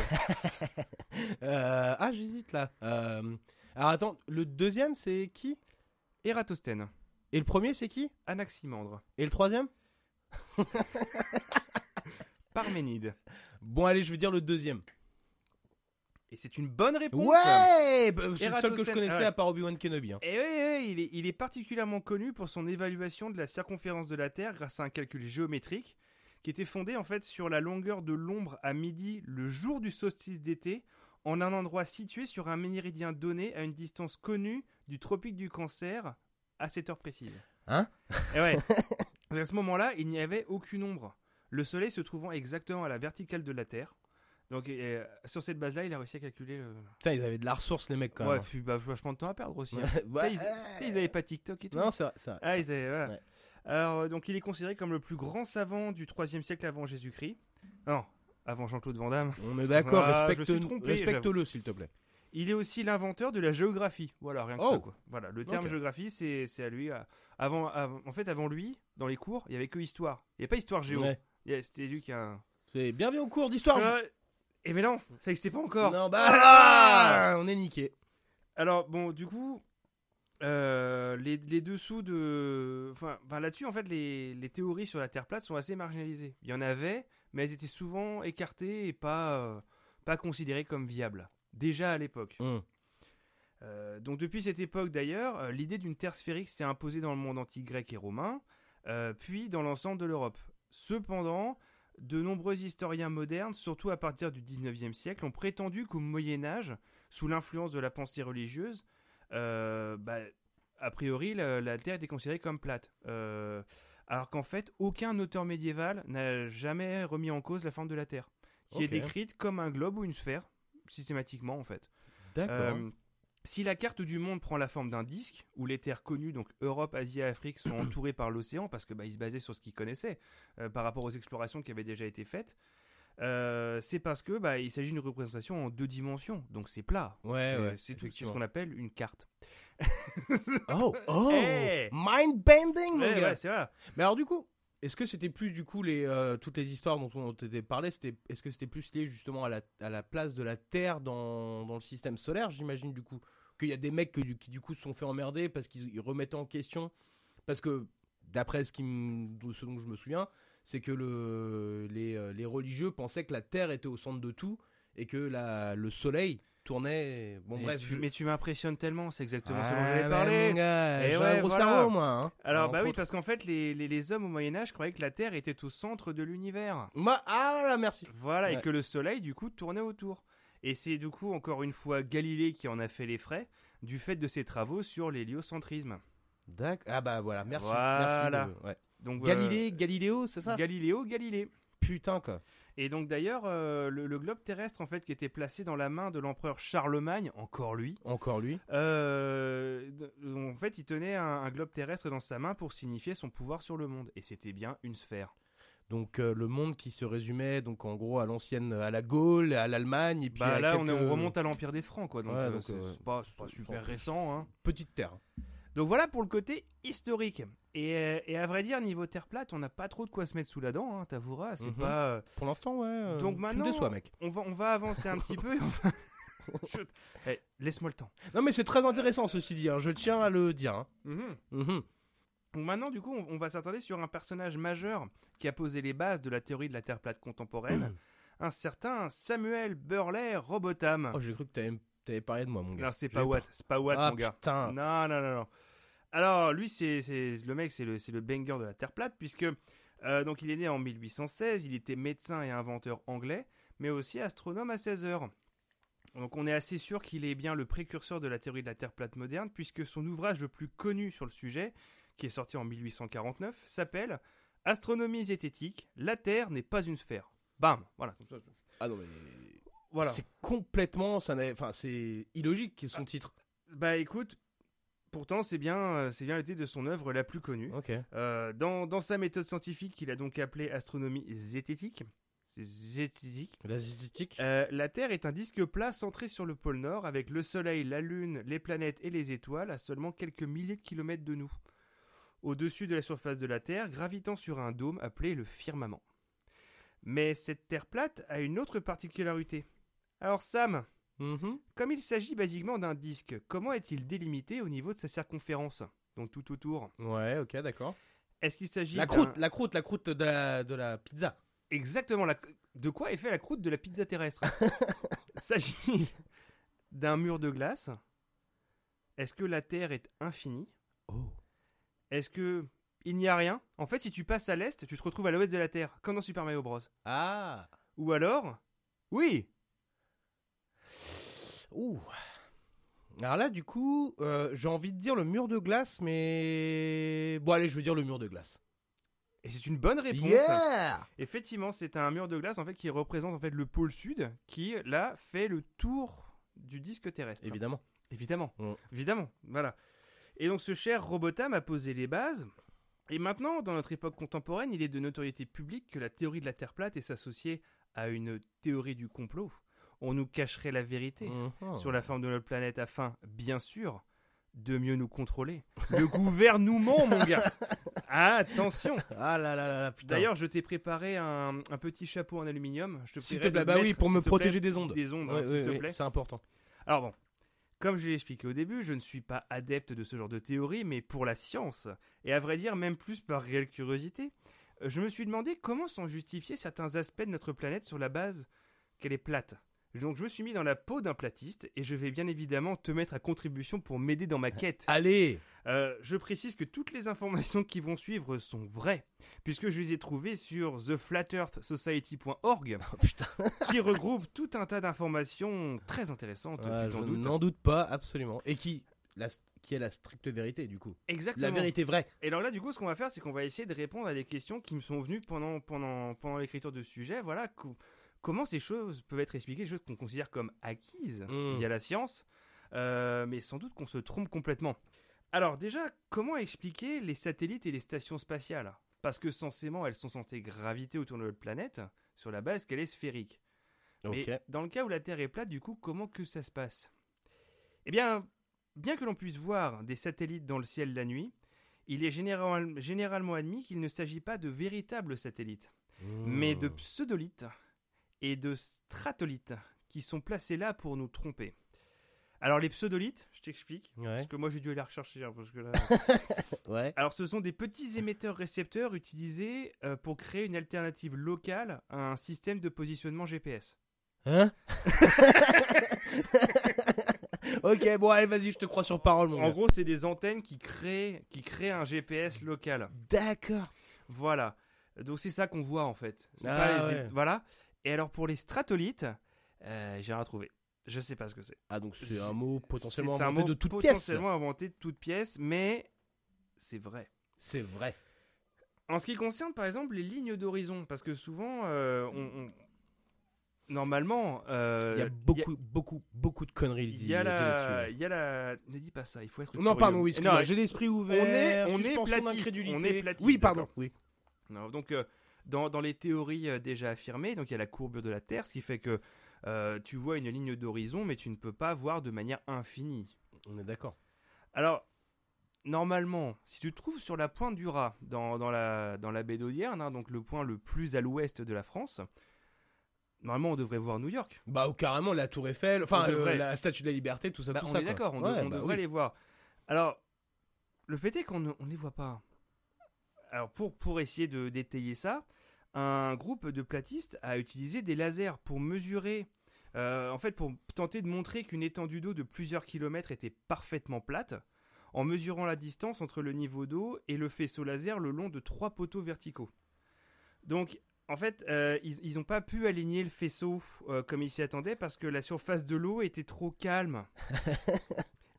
S1: Euh, ah, j'hésite là. Euh, Alors attends, le deuxième c'est qui
S2: Ératosthène,
S1: Et le premier c'est qui
S2: Anaximandre,
S1: Et le troisième
S2: Parménide.
S1: Bon, allez, je vais dire le deuxième.
S2: Et c'est une bonne réponse
S1: Ouais bah, C'est le seul que je
S2: Eratosthène,
S1: connaissais
S2: ouais.
S1: à part Obi-Wan Kenobi. hein.
S2: Et ouais, ouais, il, est, il est particulièrement connu pour son évaluation de la circonférence de la Terre grâce à un calcul géométrique qui était fondé en fait sur la longueur de l'ombre à midi le jour du solstice d'été en un endroit situé sur un méridien donné à une distance connue du tropique du cancer à cette heure précise.
S1: Hein
S2: Et ouais. à ce moment-là, il n'y avait aucune ombre. Le soleil se trouvant exactement à la verticale de la Terre. Donc euh, sur cette base-là, il a réussi à calculer le...
S1: Putain, ils avaient de la ressource les mecs quand
S2: ouais,
S1: même.
S2: puis, bah, vachement de temps à perdre aussi. hein.
S1: Ouais,
S2: Putain, ils- Tu sais, Ils avaient pas TikTok et tout.
S1: Bah, ah, Non, c'est vrai, c'est vrai.
S2: Ah, ils avaient- voilà.
S1: Ouais.
S2: Alors, euh, donc, il est considéré comme le plus grand savant du 3e siècle avant Jésus-Christ. Non, avant Jean-Claude Van Damme.
S1: On est d'accord,
S2: Ah, je
S1: respecte-
S2: suis trompé,
S1: respecte-le s'il te plaît.
S2: Il est aussi l'inventeur de la géographie. Voilà, rien que
S1: Oh.
S2: ça, quoi. Voilà, le terme
S1: Ok.
S2: géographie, c'est c'est à lui. à- Avant, avant- en fait, avant lui, dans les cours, il y avait que histoire. Il n'y avait pas histoire géo.
S1: Ouais.
S2: Il y a- C'était lui qui a. un-
S1: C'est bienvenue au cours d'histoire. je-
S2: Euh, eh mais non, ça n'existait pas encore.
S1: Non, bah ah, on est niqué.
S2: Alors, bon, du coup, euh, les, les dessous de. Enfin, enfin, là-dessus, en fait, les, les théories sur la Terre plate sont assez marginalisées. Il y en avait, mais elles étaient souvent écartées et pas, euh, pas considérées comme viables. Déjà à l'époque. Euh, donc, depuis cette époque, d'ailleurs, euh, l'idée d'une Terre sphérique s'est imposée dans le monde antique grec et romain, euh, puis dans l'ensemble de l'Europe. Cependant. De nombreux historiens modernes, surtout à partir du 19e siècle, ont prétendu qu'au Moyen Âge, sous l'influence de la pensée religieuse, euh, bah, a priori, la, la Terre était considérée comme plate. Euh, alors qu'en fait, aucun auteur médiéval n'a jamais remis en cause la forme de la Terre, qui
S1: Ok.
S2: est décrite comme un globe ou une sphère, systématiquement en fait.
S1: D'accord.
S2: Euh, Si la carte du monde prend la forme d'un disque, où les terres connues, donc Europe, Asie, Afrique, sont entourées par l'océan, parce que bah, ils se basaient sur ce qu'ils connaissaient euh, par rapport aux explorations qui avaient déjà été faites, euh, c'est parce que bah, il s'agit d'une représentation en deux dimensions, donc c'est plat.
S1: Ouais, ouais,
S2: C'est- c'est tout. C'est ce
S1: effectivement.
S2: qu'on appelle une carte.
S1: Oh, oh
S2: Hey
S1: Mind bending, mon
S2: Eh. Ouais,
S1: gars.
S2: ouais, c'est vrai.
S1: Mais alors du coup, est-ce que c'était plus du coup les euh, toutes les histoires dont on dont était parlé, c'était est-ce que c'était plus lié justement à la, à la place de la Terre dans, dans le système solaire, j'imagine du coup qu'il y a des mecs que du- qui du coup se sont fait emmerder parce qu'ils ils remettaient en question parce que d'après ce qui me- de ce dont je me souviens, c'est que le les, euh, les religieux pensaient que la Terre était au centre de tout et que la le soleil tournait bon
S2: Et
S1: bref
S2: tu-
S1: je-
S2: mais tu m'impressionnes tellement, c'est exactement ce dont
S1: Ah,
S2: j'avais
S1: ouais,
S2: parlé.
S1: mon gars,
S2: Et
S1: j'ai
S2: ouais,
S1: un gros
S2: voilà.
S1: cerveau moi hein.
S2: Alors,
S1: Alors,
S2: bah oui,
S1: contre-
S2: parce qu'en fait, les, les- les hommes au Moyen-Âge croyaient que la Terre était au centre de l'univers.
S1: Moi- ah là merci
S2: Voilà, et
S1: Ouais.
S2: que le Soleil, du coup, tournait autour. Et c'est, du coup, encore une fois, Galilée qui en a fait les frais du fait de ses travaux sur l'héliocentrisme.
S1: D'accord. Ah bah voilà, merci.
S2: Voilà.
S1: merci de- ouais.
S2: Donc,
S1: Galilée, Galiléo, c'est
S2: euh,
S1: ça
S2: Galiléo, Galilée.
S1: Putain quoi.
S2: Et donc, d'ailleurs, euh, le, le globe terrestre, en fait, qui était placé dans la main de l'empereur Charlemagne, encore lui,
S1: Encore lui.
S2: euh, d- en fait, il tenait un, un globe terrestre dans sa main pour signifier son pouvoir sur le monde. Et c'était bien une sphère.
S1: Donc euh, le monde qui se résumait donc en gros à l'ancienne à la Gaule, à l'Allemagne et puis
S2: Bah
S1: à
S2: là, on, est-
S1: quelques
S2: on remonte à l'empire des Francs, quoi. Donc,
S1: Ouais,
S2: euh,
S1: donc,
S2: c'est
S1: euh,
S2: c'est pas, c'est pas
S1: sont-
S2: super
S1: sont-
S2: récent, hein.
S1: petites terres.
S2: Donc voilà pour le côté historique. Et, euh, et à vrai dire, niveau terre plate, on n'a pas trop de quoi se mettre sous la dent, hein, t'avoueras. C'est
S1: Mhm.
S2: pas. euh,
S1: Pour l'instant ouais. euh,
S2: Donc
S1: tu me
S2: maintenant-
S1: déçois mec.
S2: on va, on va avancer un petit peu. et on va- Chut. Eh, Laisse-moi le temps.
S1: Non mais c'est très intéressant ceci dit, hein, je tiens à le dire. hein. Mhm.
S2: Donc maintenant, du coup, on, on va s'attarder sur un personnage majeur qui a posé les bases de la théorie de la terre plate contemporaine. un certain Samuel Burley Robotham.
S1: Oh, j'ai cru que t'avais t'avais parlé de moi mon gars.
S2: non, c'est
S1: J'ai
S2: pas
S1: eu
S2: Watt,
S1: peur.
S2: c'est pas Watt,
S1: ah,
S2: mon gars.
S1: putain.
S2: Non, non, non, non. Alors, lui, c'est c'est- le mec, c'est le, c'est le banger de la Terre plate, puisque euh, donc il est né en 1816, il était médecin et inventeur anglais, mais aussi astronome à 16 heures. Donc on est assez sûr qu'il est bien le précurseur de la théorie de la Terre plate moderne, puisque son ouvrage le plus connu sur le sujet, qui est sorti en 1849, s'appelle Astronomie zététique, la Terre n'est pas une sphère. Bam, voilà. comme ça, je-
S1: Ah non mais
S2: Voilà.
S1: c'est complètement ça n'avait- enfin c'est illogique son titre.
S2: Bah écoute, pourtant c'est bien, euh, c'est bien le titre de son œuvre la plus connue.
S1: OK.
S2: Euh, dans, dans sa méthode scientifique, qu'il a donc appelée astronomie zététique, c'est zététique,
S1: La zététique.
S2: euh, la Terre est un disque plat centré sur le pôle Nord, avec le Soleil, la Lune, les planètes et les étoiles à seulement quelques milliers de kilomètres de nous. Au-dessus de la surface de la Terre, gravitant sur un dôme appelé le firmament. Mais cette Terre plate a une autre particularité. Alors Sam,
S1: Mhm.
S2: comme il s'agit basiquement d'un disque, comment est-il délimité au niveau de sa circonférence Donc tout autour.
S1: Ouais, OK, d'accord.
S2: Est-ce qu'il s'agit
S1: La
S2: d'un-
S1: croûte, la croûte, la croûte de la, de la pizza.
S2: Exactement. la- De quoi est fait la croûte de la pizza terrestre S'agit-il d'un mur de glace Est-ce que la Terre est infinie
S1: Oh.
S2: Est-ce que il n'y a rien En fait, si tu passes à l'est, tu te retrouves à l'ouest de la Terre, comme dans Super Mario Bros.
S1: Ah
S2: Ou alors, oui,
S1: Ouh Alors là, du coup, euh, j'ai envie de dire le mur de glace, mais... Bon, allez, je veux dire le mur de glace.
S2: et c'est une bonne réponse.
S1: Yeah
S2: Effectivement, c'est un mur de glace en fait qui représente en fait le pôle sud, qui là fait le tour du disque terrestre.
S1: Évidemment.
S2: Évidemment,
S1: Mm.
S2: évidemment, voilà. Et donc ce cher Robotham a posé les bases. Et maintenant, dans notre époque contemporaine, il est de notoriété publique que la théorie de la Terre plate est associée à une théorie du complot. On nous cacherait la vérité
S1: Mhm.
S2: sur la forme de notre planète afin, bien sûr, de mieux nous contrôler. Le gouvernement, mon gars Attention
S1: Ah là là là là, putain.
S2: D'ailleurs, je t'ai préparé un, un petit chapeau en aluminium. Je te
S1: S'il
S2: prierai
S1: te plaît,
S2: de
S1: bah oui,
S2: mettre,
S1: pour me
S2: s'il te
S1: protéger
S2: plaît,
S1: des ondes.
S2: Des ondes, hein,
S1: Ouais,
S2: s'il
S1: ouais,
S2: te
S1: ouais,
S2: plaît.
S1: c'est important.
S2: Alors bon, comme je l'ai expliqué au début, je ne suis pas adepte de ce genre de théorie, mais pour la science, et à vrai dire même plus par réelle curiosité, euh, je me suis demandé comment sont justifiés certains aspects de notre planète sur la base qu'elle est plate. Donc je me suis mis dans la peau d'un platiste, et je vais bien évidemment te mettre à contribution pour m'aider dans ma quête.
S1: Allez
S2: Euh, je précise que toutes les informations qui vont suivre sont vraies, puisque je les ai trouvées sur theflatearthsociety.org,
S1: Oh, Putain,
S2: qui regroupe tout un tas d'informations très intéressantes,
S1: Ouais,
S2: tu
S1: Ah, je
S2: t'en doutes.
S1: n'en doute pas, absolument. Et qui la, qui est la stricte vérité, du coup.
S2: Exactement.
S1: La vérité vraie.
S2: Et alors là, du coup, ce qu'on va faire, c'est qu'on va essayer de répondre à des questions qui me sont venues pendant, pendant, pendant l'écriture de ce sujet. Voilà, co- comment ces choses peuvent être expliquées, des choses qu'on considère comme acquises
S1: Mm.
S2: via la science, Euh, mais sans doute qu'on se trompe complètement. Alors déjà, comment expliquer les satellites et les stations spatiales Parce que censément, elles sont censées graviter autour de notre planète sur la base qu'elle est sphérique. Mais
S1: Ok.
S2: dans le cas où la Terre est plate, du coup, comment que ça se passe Eh bien, bien que l'on puisse voir des satellites dans le ciel la nuit, il est général- généralement admis qu'il ne s'agit pas de véritables satellites mais
S1: Hmm.
S2: de pseudolites et de stratolites qui sont placés là pour nous tromper. Alors les pseudolites, je t'explique, parce
S1: Mmh. Ouais.
S2: que moi j'ai dû aller rechercher. hein, parce que là-
S1: Ouais.
S2: Alors ce sont des petits émetteurs-récepteurs utilisés euh, pour créer une alternative locale à un système de positionnement GPS.
S1: Hein Ok, bon, allez, vas-y, je te crois sur parole, mon
S2: En
S1: gars.
S2: gros, c'est des antennes qui créent, qui créent un GPS local.
S1: D'accord.
S2: Voilà. Donc c'est ça qu'on voit en fait. C'est
S1: Ah
S2: pas les-
S1: ouais.
S2: Voilà. Et alors pour les stratolites, euh, j'ai rien trouvé. Je sais pas ce que c'est.
S1: Ah, donc c'est
S2: C'est-
S1: un mot potentiellement
S2: C'est un
S1: inventé
S2: mot
S1: de toutes pièces.
S2: potentiellement inventé de toutes pièces, mais c'est vrai.
S1: C'est vrai.
S2: En ce qui concerne par exemple les lignes d'horizon, parce que souvent, euh, on, on- normalement, euh,
S1: Il y a beaucoup, beaucoup, beaucoup de conneries.
S2: il y a
S1: liées
S2: la,
S1: là-dessus.
S2: il y a la. Ne dis pas ça, il faut être.
S1: Non,
S2: curieux.
S1: pardon, oui,
S2: Non,
S1: excuse-moi, j'ai l'esprit ouvert.
S2: on est
S1: suspension
S2: platiste,
S1: d'incrédulité.
S2: on est platiste,
S1: Oui, pardon.
S2: d'accord.
S1: Oui.
S2: Non, donc, euh, dans, dans les théories euh, déjà affirmées, donc il y a la courbe de la Terre, ce qui fait que euh, tu vois une ligne d'horizon, mais tu ne peux pas voir de manière infinie.
S1: On est d'accord.
S2: Alors, normalement, si tu te trouves sur la pointe du Raz, dans, dans la, dans la baie d'Audierne, hein, donc le point le plus à l'ouest de la France, normalement on devrait voir New York.
S1: Bah, ou carrément la Tour Eiffel, enfin
S2: On devrait.
S1: euh, la Statue de la Liberté, tout ça,
S2: Bah,
S1: tout
S2: on
S1: ça.
S2: est
S1: quoi.
S2: d'accord, on, de-
S1: Ouais,
S2: on
S1: bah
S2: devrait
S1: oui.
S2: les voir. Alors, le fait est qu'on ne on les voit pas. Alors, pour, pour essayer de détailler ça, un groupe de platistes a utilisé des lasers pour mesurer, euh, en fait, pour tenter de montrer qu'une étendue d'eau de plusieurs kilomètres était parfaitement plate, en mesurant la distance entre le niveau d'eau et le faisceau laser le long de trois poteaux verticaux. Donc, en fait, euh, ils n'ont pas pu aligner le faisceau euh, comme ils s'y attendaient parce que la surface de l'eau était trop calme.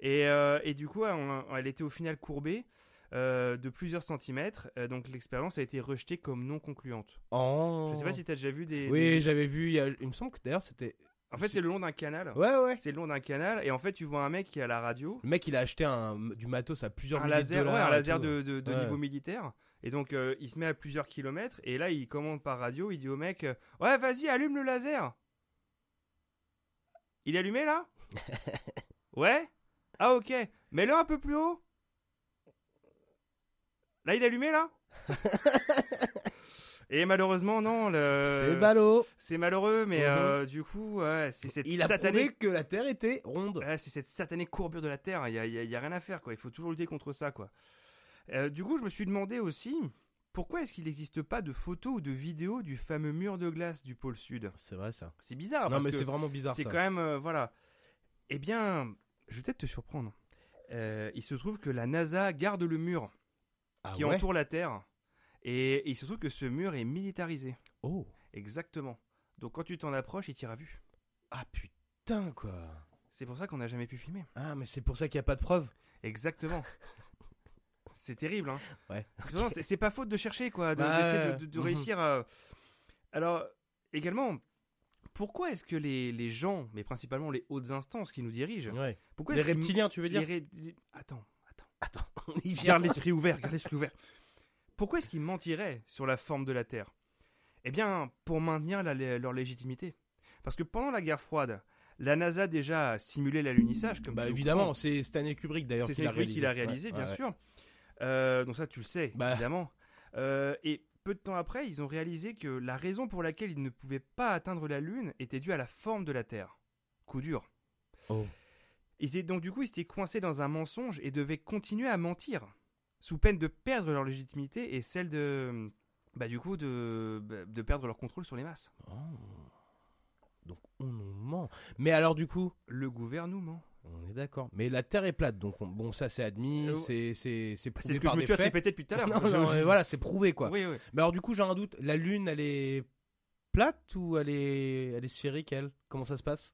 S2: et, euh, et du coup, on- elle était au final courbée euh, de plusieurs centimètres. Euh, donc l'expérience a été rejetée comme non concluante.
S1: Oh.
S2: Je ne sais pas si tu as déjà vu des...
S1: Oui,
S2: des-
S1: j'avais vu. Il, y a- il me semble que d'ailleurs c'était.
S2: En fait, c'est le long d'un canal.
S1: Ouais, ouais.
S2: C'est le long d'un canal. Et en fait, tu vois un mec qui a la radio.
S1: Le mec, il a acheté un, du matos à plusieurs
S2: un
S1: milliers de
S2: laser, ouais,
S1: dollars
S2: un
S1: et
S2: laser
S1: tout.
S2: de, de- de
S1: Ouais.
S2: niveau militaire. Et donc, euh, il se met à plusieurs kilomètres. Et là, il commande par radio. Il dit au mec euh, Ouais, vas-y, allume le laser. Il est allumé là Ouais Ah, ok. Mets-le un peu plus haut. Là, il est allumé là Et malheureusement, non. le-
S1: C'est ballot.
S2: C'est malheureux, mais
S1: Mhm.
S2: euh, du coup, ouais, c'est cette
S1: Il a
S2: satanée
S1: prouvé que la Terre était ronde.
S2: Ouais, c'est cette satanée courbure de la Terre, il n'y a, rien à faire, quoi. il faut toujours lutter contre ça. Quoi. Euh, du coup, je me suis demandé aussi, pourquoi est-ce qu'il n'existe pas de photos ou de vidéos du fameux mur de glace du pôle Sud
S1: C'est vrai ça.
S2: C'est bizarre,
S1: non
S2: parce
S1: mais
S2: que
S1: c'est vraiment bizarre
S2: c'est
S1: ça.
S2: quand même... euh, voilà. Eh bien, je vais peut-être te surprendre. Euh, il se trouve que la NASA garde le mur
S1: Ah
S2: qui
S1: ouais
S2: entoure la Terre, et il se trouve que ce mur est militarisé.
S1: Oh.
S2: Exactement. Donc quand tu t'en approches, il tire à vue.
S1: Ah putain quoi.
S2: C'est pour ça qu'on n'a jamais pu filmer.
S1: Ah mais c'est pour ça qu'il n'y a pas de preuves.
S2: Exactement. c'est terrible, hein.
S1: Ouais.
S2: De toute façon, c'est- c'est pas faute de chercher, quoi, de-
S1: Bah
S2: d'essayer
S1: ouais.
S2: de, de- de
S1: Mhm.
S2: réussir à. Alors, également, pourquoi est-ce que les, les gens, mais principalement les hautes instances qui nous dirigent,
S1: Ouais.
S2: pourquoi
S1: les
S2: est-ce qu'ils-
S1: reptiliens, tu veux
S2: les
S1: dire
S2: rep- Attends, attends.
S1: Attends, on y vient.
S2: Garde l'esprit ouvert, garde l'esprit ouvert. Pourquoi est-ce qu'ils mentiraient sur la forme de la Terre Eh bien, pour maintenir la- la- leur légitimité. Parce que pendant la guerre froide, la NASA déjà a simulé l'alunissage, comme
S1: Bah
S2: tu le
S1: évidemment, c'est Stanley Kubrick d'ailleurs
S2: c'est
S1: qui
S2: Stanley
S1: l'a réalisé.
S2: Kubrick qui l'a réalisé,
S1: Ouais,
S2: bien
S1: ouais.
S2: sûr. Euh, donc ça, tu le sais,
S1: Bah.
S2: évidemment. Euh, et peu de temps après, ils ont réalisé que la raison pour laquelle ils ne pouvaient pas atteindre la Lune était due à la forme de la Terre. Coup dur.
S1: Oh.
S2: Ils étaient- donc du coup, ils étaient coincés dans un mensonge et devaient continuer à mentir, sous peine de perdre leur légitimité et celle de... Bah du coup, de, bah, de perdre leur contrôle sur les masses.
S1: Oh. Donc on nous ment. Mais alors du coup,
S2: Le gouvernement.
S1: on est d'accord. Mais la Terre est plate, donc on- bon ça c'est admis,
S2: Euh,
S1: c'est c'est Bah, c'est
S2: C'est
S1: prouvé
S2: ce que
S1: par
S2: je me
S1: des
S2: tue à te
S1: faits.
S2: répéter depuis tout à l'heure.
S1: Non, non, mais voilà, c'est prouvé quoi.
S2: Oui, oui.
S1: Mais alors du coup, j'ai un doute. La Lune, elle est plate ou elle est, elle est sphérique, elle Comment ça se passe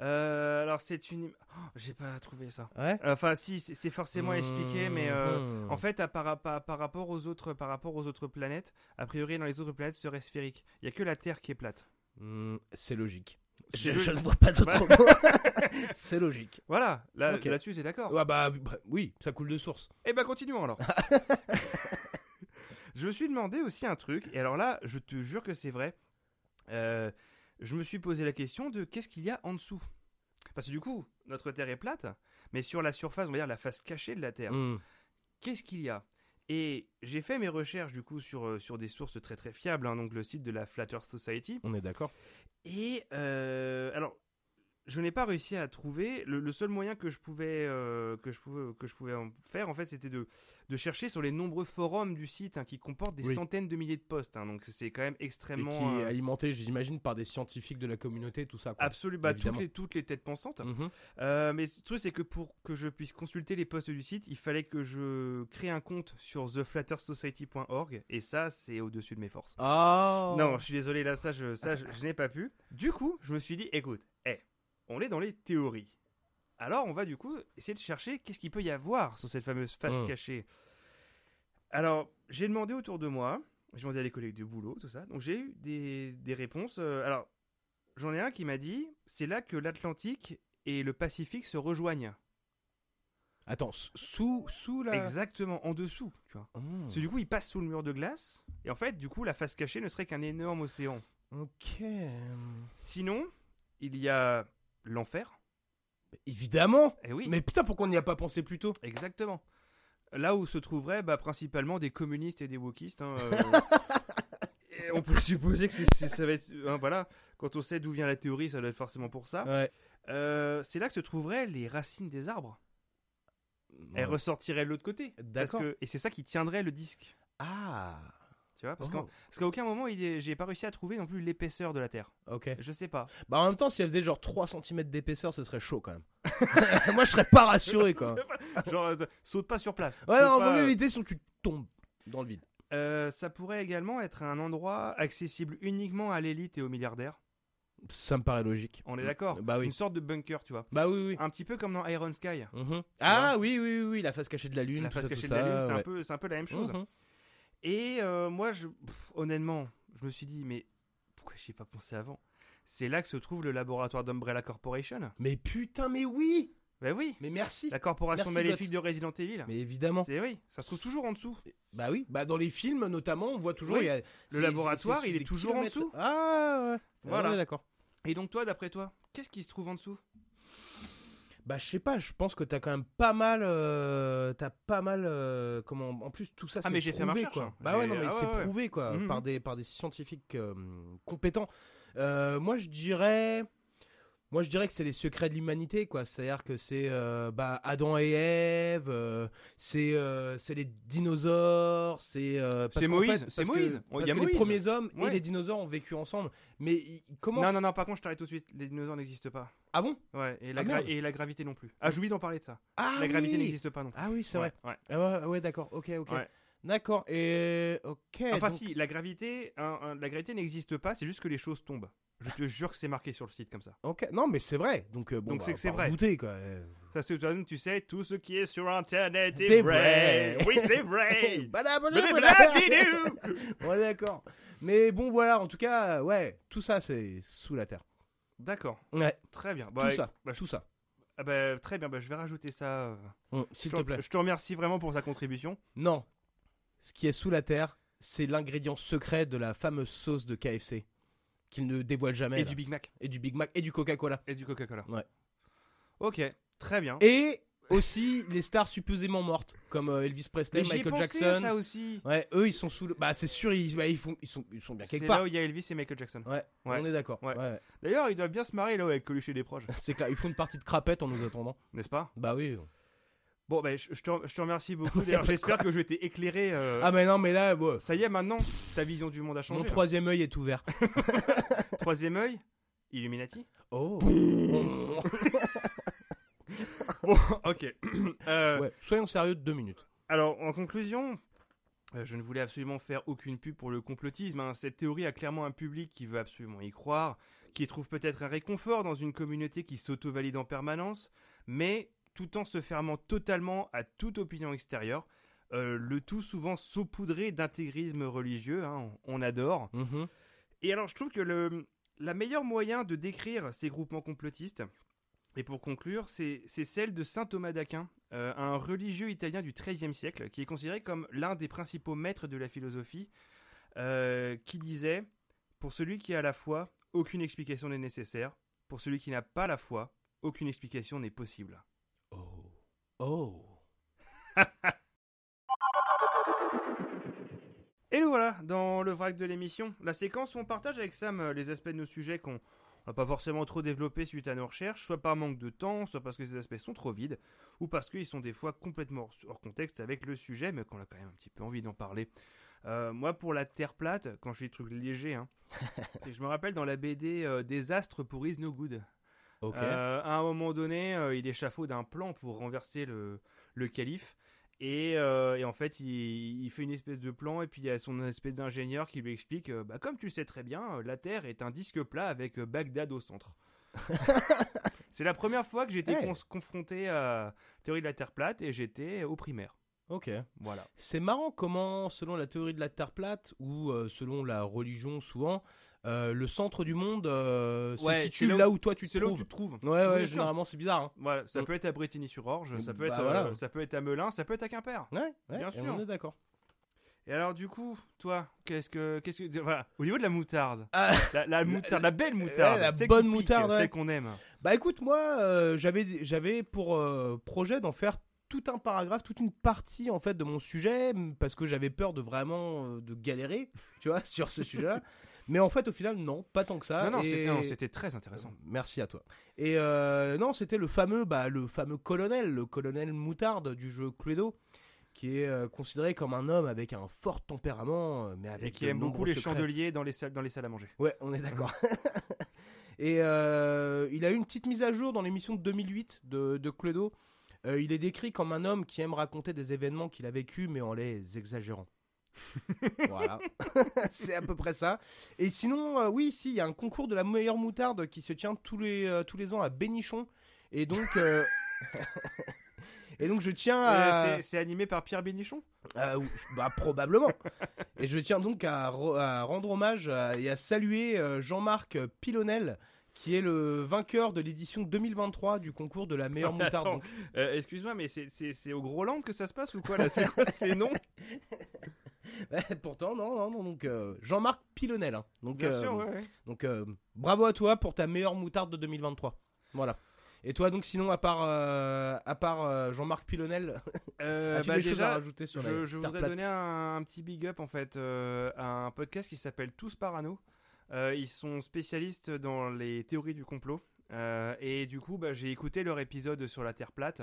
S2: Euh, alors c'est une... Oh, J'ai pas trouvé ça.
S1: Ouais. Mmh.
S2: Enfin, si, c'est c'est forcément expliqué, mais euh,
S1: Mhm.
S2: en fait, à par, à par- par rapport aux autres, par rapport aux autres planètes, a priori, dans les autres planètes, ce serait sphérique. Il y a que la Terre qui est plate.
S1: Mhm, Hmm, c'est logique. Je,
S2: le-
S1: je ne vois pas d'autre
S2: Bah.
S1: mot. C'est logique.
S2: Voilà, là-
S1: Ok.
S2: là-dessus, c'est d'accord.
S1: Ah bah, bah, oui, ça coule de source.
S2: Eh ben continuons alors. je me suis demandé aussi un truc, et alors là, je te jure que c'est vrai. Euh, je me suis posé la question de qu'est-ce qu'il y a en dessous Parce que du coup, notre Terre est plate, mais sur la surface, on va dire la face cachée de la Terre,
S1: Hmm.
S2: qu'est-ce qu'il y a Et j'ai fait mes recherches du coup sur, euh, sur des sources très très fiables, hein, donc le site de la Flat Earth Society.
S1: On est d'accord.
S2: Et euh, alors, je n'ai pas réussi à trouver. Le, le seul moyen que je pouvais, euh, que je pouvais, que je pouvais en faire, en fait, c'était de, de chercher sur les nombreux forums du site hein, qui comportent des
S1: Oui.
S2: centaines de milliers de posts. hein, donc c'est quand même
S1: Et
S2: extrêmement
S1: qui est
S2: euh,
S1: alimenté, j'imagine, par des scientifiques de la communauté, tout ça. quoi.
S2: absolu. Bah, toutes
S1: évidemment.
S2: les toutes les têtes pensantes.
S1: Mhm.
S2: Euh, mais le truc c'est que pour que je puisse consulter les posts du site, il fallait que je crée un compte sur theflattersociety.org et ça c'est au-dessus de mes forces.
S1: Ah
S2: Non, je suis désolé, là, ça, je, ça, je, je n'ai pas pu. Du coup, je me suis dit, écoute, hé, on est dans les théories. Alors, on va du coup essayer de chercher qu'est-ce qu'il peut y avoir sur cette fameuse face
S1: Mm.
S2: cachée. Alors, j'ai demandé autour de moi, j'ai demandé à des collègues de boulot, tout ça. Donc, j'ai eu des, des réponses. euh, alors, j'en ai un qui m'a dit, c'est là que l'Atlantique et le Pacifique se rejoignent.
S1: Attends, s- sous, sous la.
S2: Exactement, en dessous, tu vois.
S1: Hmm.
S2: Parce que du coup, ils passent sous le mur de glace. Et en fait, du coup, la face cachée ne serait qu'un énorme océan.
S1: Ok.
S2: Sinon, il y a l'enfer.
S1: Évidemment
S2: Eh oui,
S1: Mais putain, pourquoi on n'y a pas pensé plus tôt
S2: exactement. Là où se trouveraient bah, principalement des communistes et des wokistes. hein, euh, et on peut supposer que c'est- c'est- ça va être. hein, voilà, quand on sait d'où vient la théorie, ça doit être forcément pour ça.
S1: Ouais.
S2: Euh, c'est là que se trouveraient les racines des arbres. Elles
S1: Ouais.
S2: ressortiraient de l'autre côté. Parce
S1: D'accord.
S2: que- Et c'est ça qui tiendrait le disque.
S1: Ah
S2: Tu vois, parce
S1: Oh.
S2: qu'en- parce qu'à aucun moment, il est- j'ai pas réussi à trouver non plus l'épaisseur de la Terre.
S1: Ok.
S2: Je sais pas.
S1: Bah en même temps, si elle faisait genre 3 cm d'épaisseur, ce serait chaud quand même. Moi, je serais pas rassuré quoi.
S2: Genre, euh, saute pas sur place.
S1: Ouais,
S2: Saute
S1: non,
S2: pas,
S1: vaut mieux
S2: euh,
S1: éviter sinon tu tombes dans le vide.
S2: Euh, ça pourrait également être un endroit accessible uniquement à l'élite et aux milliardaires.
S1: Ça me paraît logique.
S2: On est d'accord
S1: Bah
S2: Une
S1: oui.
S2: sorte de bunker, tu vois.
S1: Bah oui, oui.
S2: Un petit peu comme dans Iron Sky.
S1: Mhm. Ah oui, oui, oui, oui, la face cachée de la lune,
S2: la
S1: tout
S2: face
S1: ça, tout
S2: cachée de
S1: ça,
S2: la lune, c'est un
S1: ouais.
S2: peu- c'est un, peu la même chose.
S1: Mhm.
S2: Et euh, moi, je, pff, honnêtement, je me suis dit, mais pourquoi j'y ai pas pensé avant C'est là que se trouve le laboratoire d'Umbrella Corporation.
S1: Mais putain, mais oui
S2: Bah oui
S1: Mais merci
S2: La corporation
S1: Merci,
S2: maléfique
S1: Goth.
S2: de Resident Evil.
S1: Mais évidemment.
S2: C'est oui, ça se trouve toujours en dessous.
S1: Bah oui, bah dans les films notamment, on voit toujours.
S2: Oui.
S1: il y a- c'est-
S2: laboratoire,
S1: c'est sous
S2: il est
S1: des
S2: toujours en dessous.
S1: Ah ouais.
S2: Voilà.
S1: Ouais, d'accord.
S2: Et donc toi, d'après toi, qu'est-ce qui se trouve en dessous
S1: Bah je sais pas, je pense que t'as quand même pas mal, euh, t'as pas mal, euh, comment, en plus tout ça
S2: Ah,
S1: c'est
S2: mais j'ai fait ma
S1: prouvé,
S2: recherche,
S1: quoi.
S2: hein.
S1: Bah ouais
S2: J'ai-
S1: non mais
S2: ah ouais,
S1: c'est
S2: ouais.
S1: prouvé quoi
S2: Mhm.
S1: par des par des scientifiques euh, compétents. Euh, moi je dirais, moi je dirais que c'est les secrets de l'humanité quoi, c'est-à-dire que c'est euh, bah Adam et Ève, euh, c'est euh, c'est les dinosaures, c'est euh, parce
S2: C'est
S1: qu'en
S2: Moïse,
S1: fait-
S2: c'est
S1: parce que-
S2: Moïse. Oh, il y
S1: parce
S2: a
S1: que
S2: Moïse.
S1: les premiers hommes
S2: Ouais.
S1: et les dinosaures ont vécu ensemble, mais ils- ils commencent.
S2: Non, non, non, par contre, je t'arrête tout de suite. Les dinosaures n'existent pas.
S1: Ah bon
S2: Ouais, et la,
S1: Ah,
S2: gra-
S1: merde.
S2: et la gravité non plus. Ah, j'oublie d'en parler de ça.
S1: Ah
S2: la gravité
S1: oui
S2: n'existe pas non plus.
S1: Ah oui c'est vrai.
S2: Ouais, ouais.
S1: Ah ouais, ouais, d'accord, ok, ok.
S2: Ouais. Ah,
S1: D'accord, et. Ok.
S2: Enfin,
S1: Eh, donc-
S2: si, la gravité, hein, hein, la gravité n'existe pas, c'est juste que les choses tombent. Je te jure que c'est marqué sur le site comme ça.
S1: ok. Non, mais c'est vrai. Donc, euh, bon,
S2: Donc,
S1: bah,
S2: c'est que c'est
S1: on va
S2: vrai. Eh,
S1: redouter, quoi. Euh,
S2: Ça, c'est toi, tu sais, tout ce qui est sur internet est
S1: C'est
S2: vrai.
S1: vrai.
S2: Oui, c'est vrai.
S1: Bada, bada, bada.
S2: Blablabla.
S1: On est d'accord. Mais bon, voilà, en tout cas, euh, ouais, tout ça, c'est sous la terre.
S2: D'accord,
S1: Ouais,
S2: très bien.
S1: tout
S2: Bah,
S1: ça.
S2: bah, je-
S1: tout ça.
S2: ah bah, très bien, bah, je vais rajouter ça. euh.
S1: Hum, S'il
S2: je,
S1: te
S2: te-
S1: plaît.
S2: je te remercie vraiment pour ta contribution.
S1: Non. Ce qui est sous la terre, c'est l'ingrédient secret de la fameuse sauce de KFC. Qu'il ne dévoile jamais.
S2: et
S1: là.
S2: du Big Mac.
S1: et du Big Mac et du Coca-Cola.
S2: Et du Coca-Cola.
S1: Ouais.
S2: Ok, très bien.
S1: Et aussi les stars supposément mortes, comme euh, Elvis Presley,
S2: Mais j'y ai
S1: Michael
S2: pensé à
S1: Jackson.
S2: ça aussi.
S1: Ouais, eux ils sont sous le. Bah c'est sûr, ils, bah, ils, font... ils, sont... ils sont bien
S2: C'est
S1: quelque part.
S2: là où il y a Elvis et Michael Jackson.
S1: Ouais,
S2: Ouais.
S1: on est d'accord.
S2: Ouais.
S1: Ouais.
S2: D'ailleurs, ils doivent bien se marrer là avec Coluche et des proches,
S1: C'est clair, ils font une partie de crapette en nous attendant.
S2: n'est-ce pas
S1: Bah oui.
S2: Bon, ben, je, je te, je te remercie beaucoup. D'ailleurs, j'espère que je t'ai éclairé. euh,
S1: bah, Ah mais non, mais là, bon,
S2: Ça y est, maintenant, ta vision du monde a
S1: mon
S2: changé.
S1: troisième œil est ouvert.
S2: Troisième œil, Illuminati.
S1: Oh.
S2: Bon, ok. Euh,
S1: Ouais. Soyons sérieux deux minutes.
S2: Alors, en conclusion, euh, je ne voulais absolument faire aucune pub pour le complotisme. hein. Cette théorie a clairement un public qui veut absolument y croire, qui trouve peut-être un réconfort dans une communauté qui s'auto-valide en permanence, mais tout en se fermant totalement à toute opinion extérieure. euh, le tout souvent saupoudré d'intégrisme religieux, hein, on on adore.
S1: Mhm.
S2: Et alors, je trouve que le, La meilleure moyen de décrire ces groupements complotistes, et pour conclure, c'est c'est celle de saint Thomas d'Aquin, euh, un religieux italien du XIIIe siècle, qui est considéré comme l'un des principaux maîtres de la philosophie, euh, qui disait Pour celui qui a la foi, aucune explication n'est nécessaire. Pour celui qui n'a pas la foi, aucune explication n'est possible.
S1: Oh. Oh.
S2: Et nous voilà, dans le vrac de l'émission, la séquence où on partage avec Sam euh, les aspects de nos sujets qu'on n'a pas forcément trop développés suite à nos recherches, soit par manque de temps, soit parce que ces aspects sont trop vides, ou parce qu'ils sont des fois complètement hors- hors contexte avec le sujet, mais qu'on a quand même un petit peu envie d'en parler. Euh, moi, pour la Terre plate, quand je dis trucs légers, hein, c'est que je me rappelle dans la BD euh, Des astres pour Is No Good.
S1: Ok.
S2: Euh, à un moment donné, euh, il échafaude un plan pour renverser le, le calife. Et, euh, et en fait, il, il fait une espèce de plan, et puis il y a son espèce d'ingénieur qui lui explique euh, bah, Comme tu le sais très bien, euh, la Terre est un disque plat avec euh, Bagdad au centre. C'est la première fois que j'ai été
S1: Ouais.
S2: cons- confronté à la théorie de la Terre plate, et j'étais au primaire.
S1: Ok.
S2: Voilà.
S1: C'est marrant comment, selon la théorie de la Terre plate ou euh, selon la religion souvent, euh, le centre du monde euh, se
S2: Ouais,
S1: situe
S2: c'est là
S1: là,
S2: où-
S1: où toi tu te
S2: C'est là où
S1: trouves.
S2: tu te trouves.
S1: Ouais,
S2: Bien
S1: ouais,
S2: sûr.
S1: généralement c'est bizarre. hein.
S2: Voilà, ça
S1: Mm.
S2: peut être à Brétigny-sur-Orge, ça, peut
S1: Bah
S2: être, euh,
S1: voilà.
S2: ça peut être à Melun, ça peut être à Quimper.
S1: Ouais, ouais,
S2: Bien
S1: et
S2: sûr.
S1: On est d'accord.
S2: Et alors du coup, toi, qu'est-ce que, qu'est-ce que, voilà, au niveau de la moutarde,
S1: Ah.
S2: la, la moutarde, la belle moutarde,
S1: Ouais, la
S2: celle qui
S1: bonne
S2: pique,
S1: moutarde, ouais.
S2: celle qu'on aime.
S1: Bah écoute, moi euh, j'avais j'avais pour euh, projet d'en faire tout un paragraphe, toute une partie en fait de mon sujet m- parce que j'avais peur de vraiment euh, de galérer, tu vois, sur ce sujet-là. Mais en fait, au final, non, pas tant que ça.
S2: non, non,
S1: Ah, et- Euh,
S2: c'était, non, c'était très intéressant.
S1: Merci à toi. Et euh, non, c'était le fameux, bah, le fameux colonel, le colonel moutarde du jeu Cluedo, qui est euh, considéré comme un homme avec un fort tempérament, euh, mais
S2: Et
S1: avec
S2: qui
S1: de
S2: aime beaucoup
S1: nombreux
S2: les
S1: secrets.
S2: chandeliers dans les salles, dans les salles à manger.
S1: Ouais, on est d'accord. Et euh, il a eu une petite mise à jour dans l'émission de 2008 de, de Cluedo. Euh, il est décrit comme un homme qui aime raconter des événements qu'il a vécus, mais en les exagérant. voilà, c'est à peu près ça. Et sinon, euh, oui, si, il y a un concours de la meilleure moutarde qui se tient tous les, euh, tous les ans à Bénichon. Et donc, euh, et donc je tiens à...
S2: Euh, c'est, c'est animé par Pierre Bénichon.
S1: Euh, oui, bah, probablement. Et je tiens donc à, re- à rendre hommage à- et à saluer euh, Jean-Marc euh, Pilonel, qui est le vainqueur de l'édition 2023 du concours de la meilleure
S2: Mais
S1: moutarde.
S2: attends,
S1: donc.
S2: euh, excuse-moi, mais c'est, c'est, c'est au Groland que ça se passe ou quoi là C'est quoi ces noms
S1: Ouais, Pourtant, non, non, non. Donc euh, Jean-Marc Pilonel. hein. Donc,
S2: Bien
S1: euh,
S2: sûr, ouais. ouais.
S1: donc euh, bravo à toi pour ta meilleure moutarde de 2023. Voilà. Et toi, donc, sinon, à part, euh, à part euh, Jean-Marc Pilonel,
S2: Euh,
S1: as-tu
S2: bah,
S1: des choses à
S2: déjà,
S1: rajouter sur la
S2: je, je
S1: terre
S2: voudrais
S1: plate
S2: donner un, un petit big up en fait euh, à un podcast qui s'appelle Tous Parano. Euh, ils sont spécialistes dans les théories du complot. Euh, et du coup, bah, j'ai écouté leur épisode sur la Terre plate.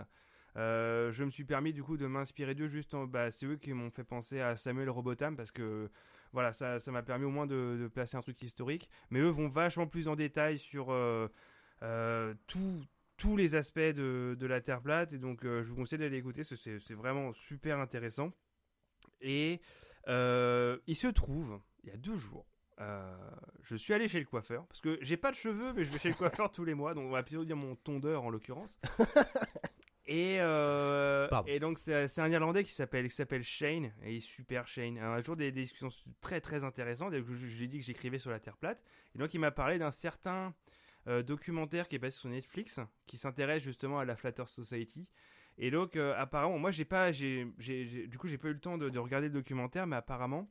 S2: Euh, je me suis permis du coup de m'inspirer d'eux. Juste, en- bah, c'est eux qui m'ont fait penser à Samuel Robotham parce que voilà, ça ça m'a permis au moins de, de placer un truc historique. Mais eux vont vachement plus en détail sur euh, euh, tout, tous les aspects de, de la Terre plate. Et donc, euh, je vous conseille d'aller écouter, parce que c'est c'est vraiment super intéressant. Et euh, il se trouve, il y a deux jours, euh, je suis allé chez le coiffeur, parce que j'ai pas de cheveux, mais je vais chez le coiffeur tous les mois, donc on va plutôt dire mon tondeur en l'occurrence. Et, euh,
S1: Pardon.
S2: et donc c'est c'est un Irlandais qui s'appelle qui s'appelle Shane et il est super Shane. Alors, un jour des, des discussions très très intéressantes. et Je, je, lui ai dit que j'écrivais sur la Terre plate et donc il m'a parlé d'un certain euh, documentaire qui est passé sur Netflix qui s'intéresse justement à la Flatter Society. Et donc, euh, apparemment, moi, j'ai pas, j'ai, j'ai- j'ai- du coup, j'ai pas eu le temps de, de regarder le documentaire, mais apparemment,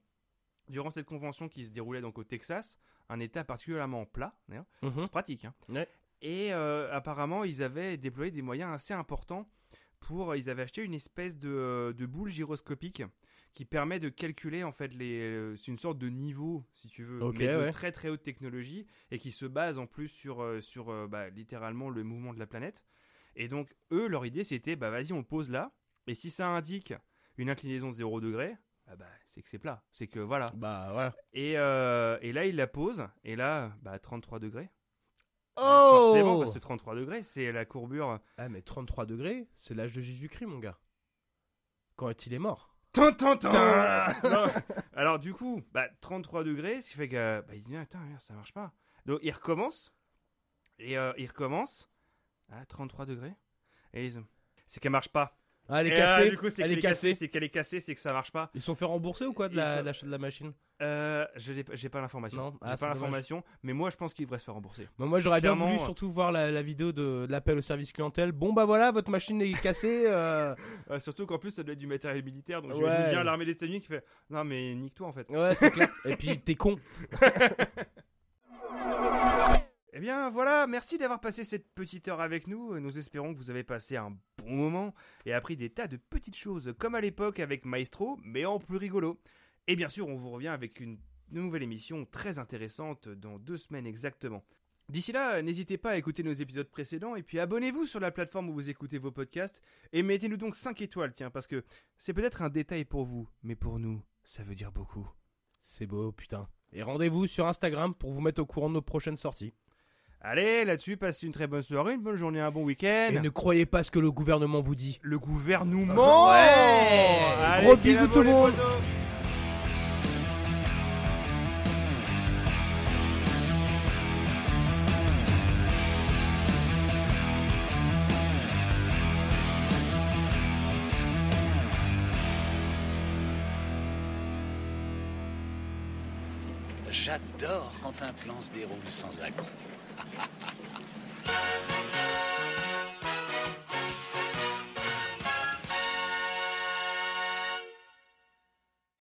S2: durant cette convention qui se déroulait donc au Texas, un État particulièrement plat, d'ailleurs,
S1: Mhm.
S2: c'est pratique. hein.
S1: Ouais.
S2: Et euh, apparemment, ils avaient déployé des moyens assez importants pour, euh, ils avaient acheté une espèce de, de boule gyroscopique qui permet de calculer en fait les, euh, c'est une sorte de niveau, si tu veux,
S1: Ok,
S2: mais de
S1: ouais.
S2: très très haute technologie et qui se base en plus sur euh, sur euh, bah, littéralement le mouvement de la planète. Et donc eux, leur idée c'était, bah vas-y, on le pose là. Et si ça indique une inclinaison de 0 degré, ah bah, c'est que c'est plat, c'est que voilà.
S1: Bah voilà.
S2: Et, euh, et là, il la pose, et là, bah, 33 degrés.
S1: Oh
S2: Forcément, parce que 33 degrés, c'est la courbure.
S1: Ah mais 33 degrés, c'est l'âge de Jésus-Christ mon gars. Quand il est mort.
S2: Tant, tant, tant
S1: Tin
S2: Alors, du coup, bah, 33 degrés, ce qui fait que. Bah, il dit, attends, merde, ça marche pas. Donc, il recommence, et euh, il recommence à 33 degrés, et ils c'est qu'elle marche pas.
S1: Ah, elle est
S2: Et, euh,
S1: cassée.
S2: du coup, c'est
S1: elle
S2: qu'elle
S1: est cassée.
S2: c'est qu'elle est cassée, c'est que ça marche pas.
S1: Ils se sont fait rembourser ou quoi de
S2: Ils
S1: la-
S2: sont-
S1: l'achat de la machine
S2: Euh, je l'ai pas- j'ai pas l'information.
S1: Non, ah,
S2: j'ai
S1: c'est
S2: pas l'information, mais moi je pense qu'il devrait se faire rembourser.
S1: Moi, Moi, j'aurais bien
S2: Clairement,
S1: voulu
S2: euh,
S1: surtout voir la, la vidéo de, de l'appel au service clientèle. Bon, bah voilà, votre machine est cassée. euh,
S2: Euh, surtout qu'en plus ça doit être du matériel militaire, donc
S1: Ouais.
S2: j'imagine bien l'armée des États-Unis qui fait non mais nique-toi en fait.
S1: Ouais, c'est clair. Et puis, t'es con.
S2: Eh bien voilà, merci d'avoir passé cette petite heure avec nous. Nous espérons que vous avez passé un bon moment et appris des tas de petites choses comme à l'époque avec Maestro, mais en plus rigolo. Et bien sûr, on vous revient avec une nouvelle émission très intéressante dans deux semaines exactement. D'ici là, n'hésitez pas à écouter nos épisodes précédents et puis abonnez-vous sur la plateforme où vous écoutez vos podcasts et mettez-nous donc 5 étoiles, tiens, parce que c'est peut-être un détail pour vous, mais pour nous, ça veut dire beaucoup.
S1: C'est beau, putain. Et rendez-vous sur Instagram pour vous mettre au courant de nos prochaines sorties.
S2: Allez, là-dessus, passez une très bonne soirée, une bonne journée, un bon week-end.
S1: Et ne croyez pas ce que le gouvernement vous dit.
S2: Le gouvernement
S1: Ouais
S2: Allez,
S1: Gros
S2: quel
S1: bisous
S2: amour,
S1: tout le
S2: les
S1: monde
S2: potos.
S4: J'adore quand un plan se déroule sans accroc.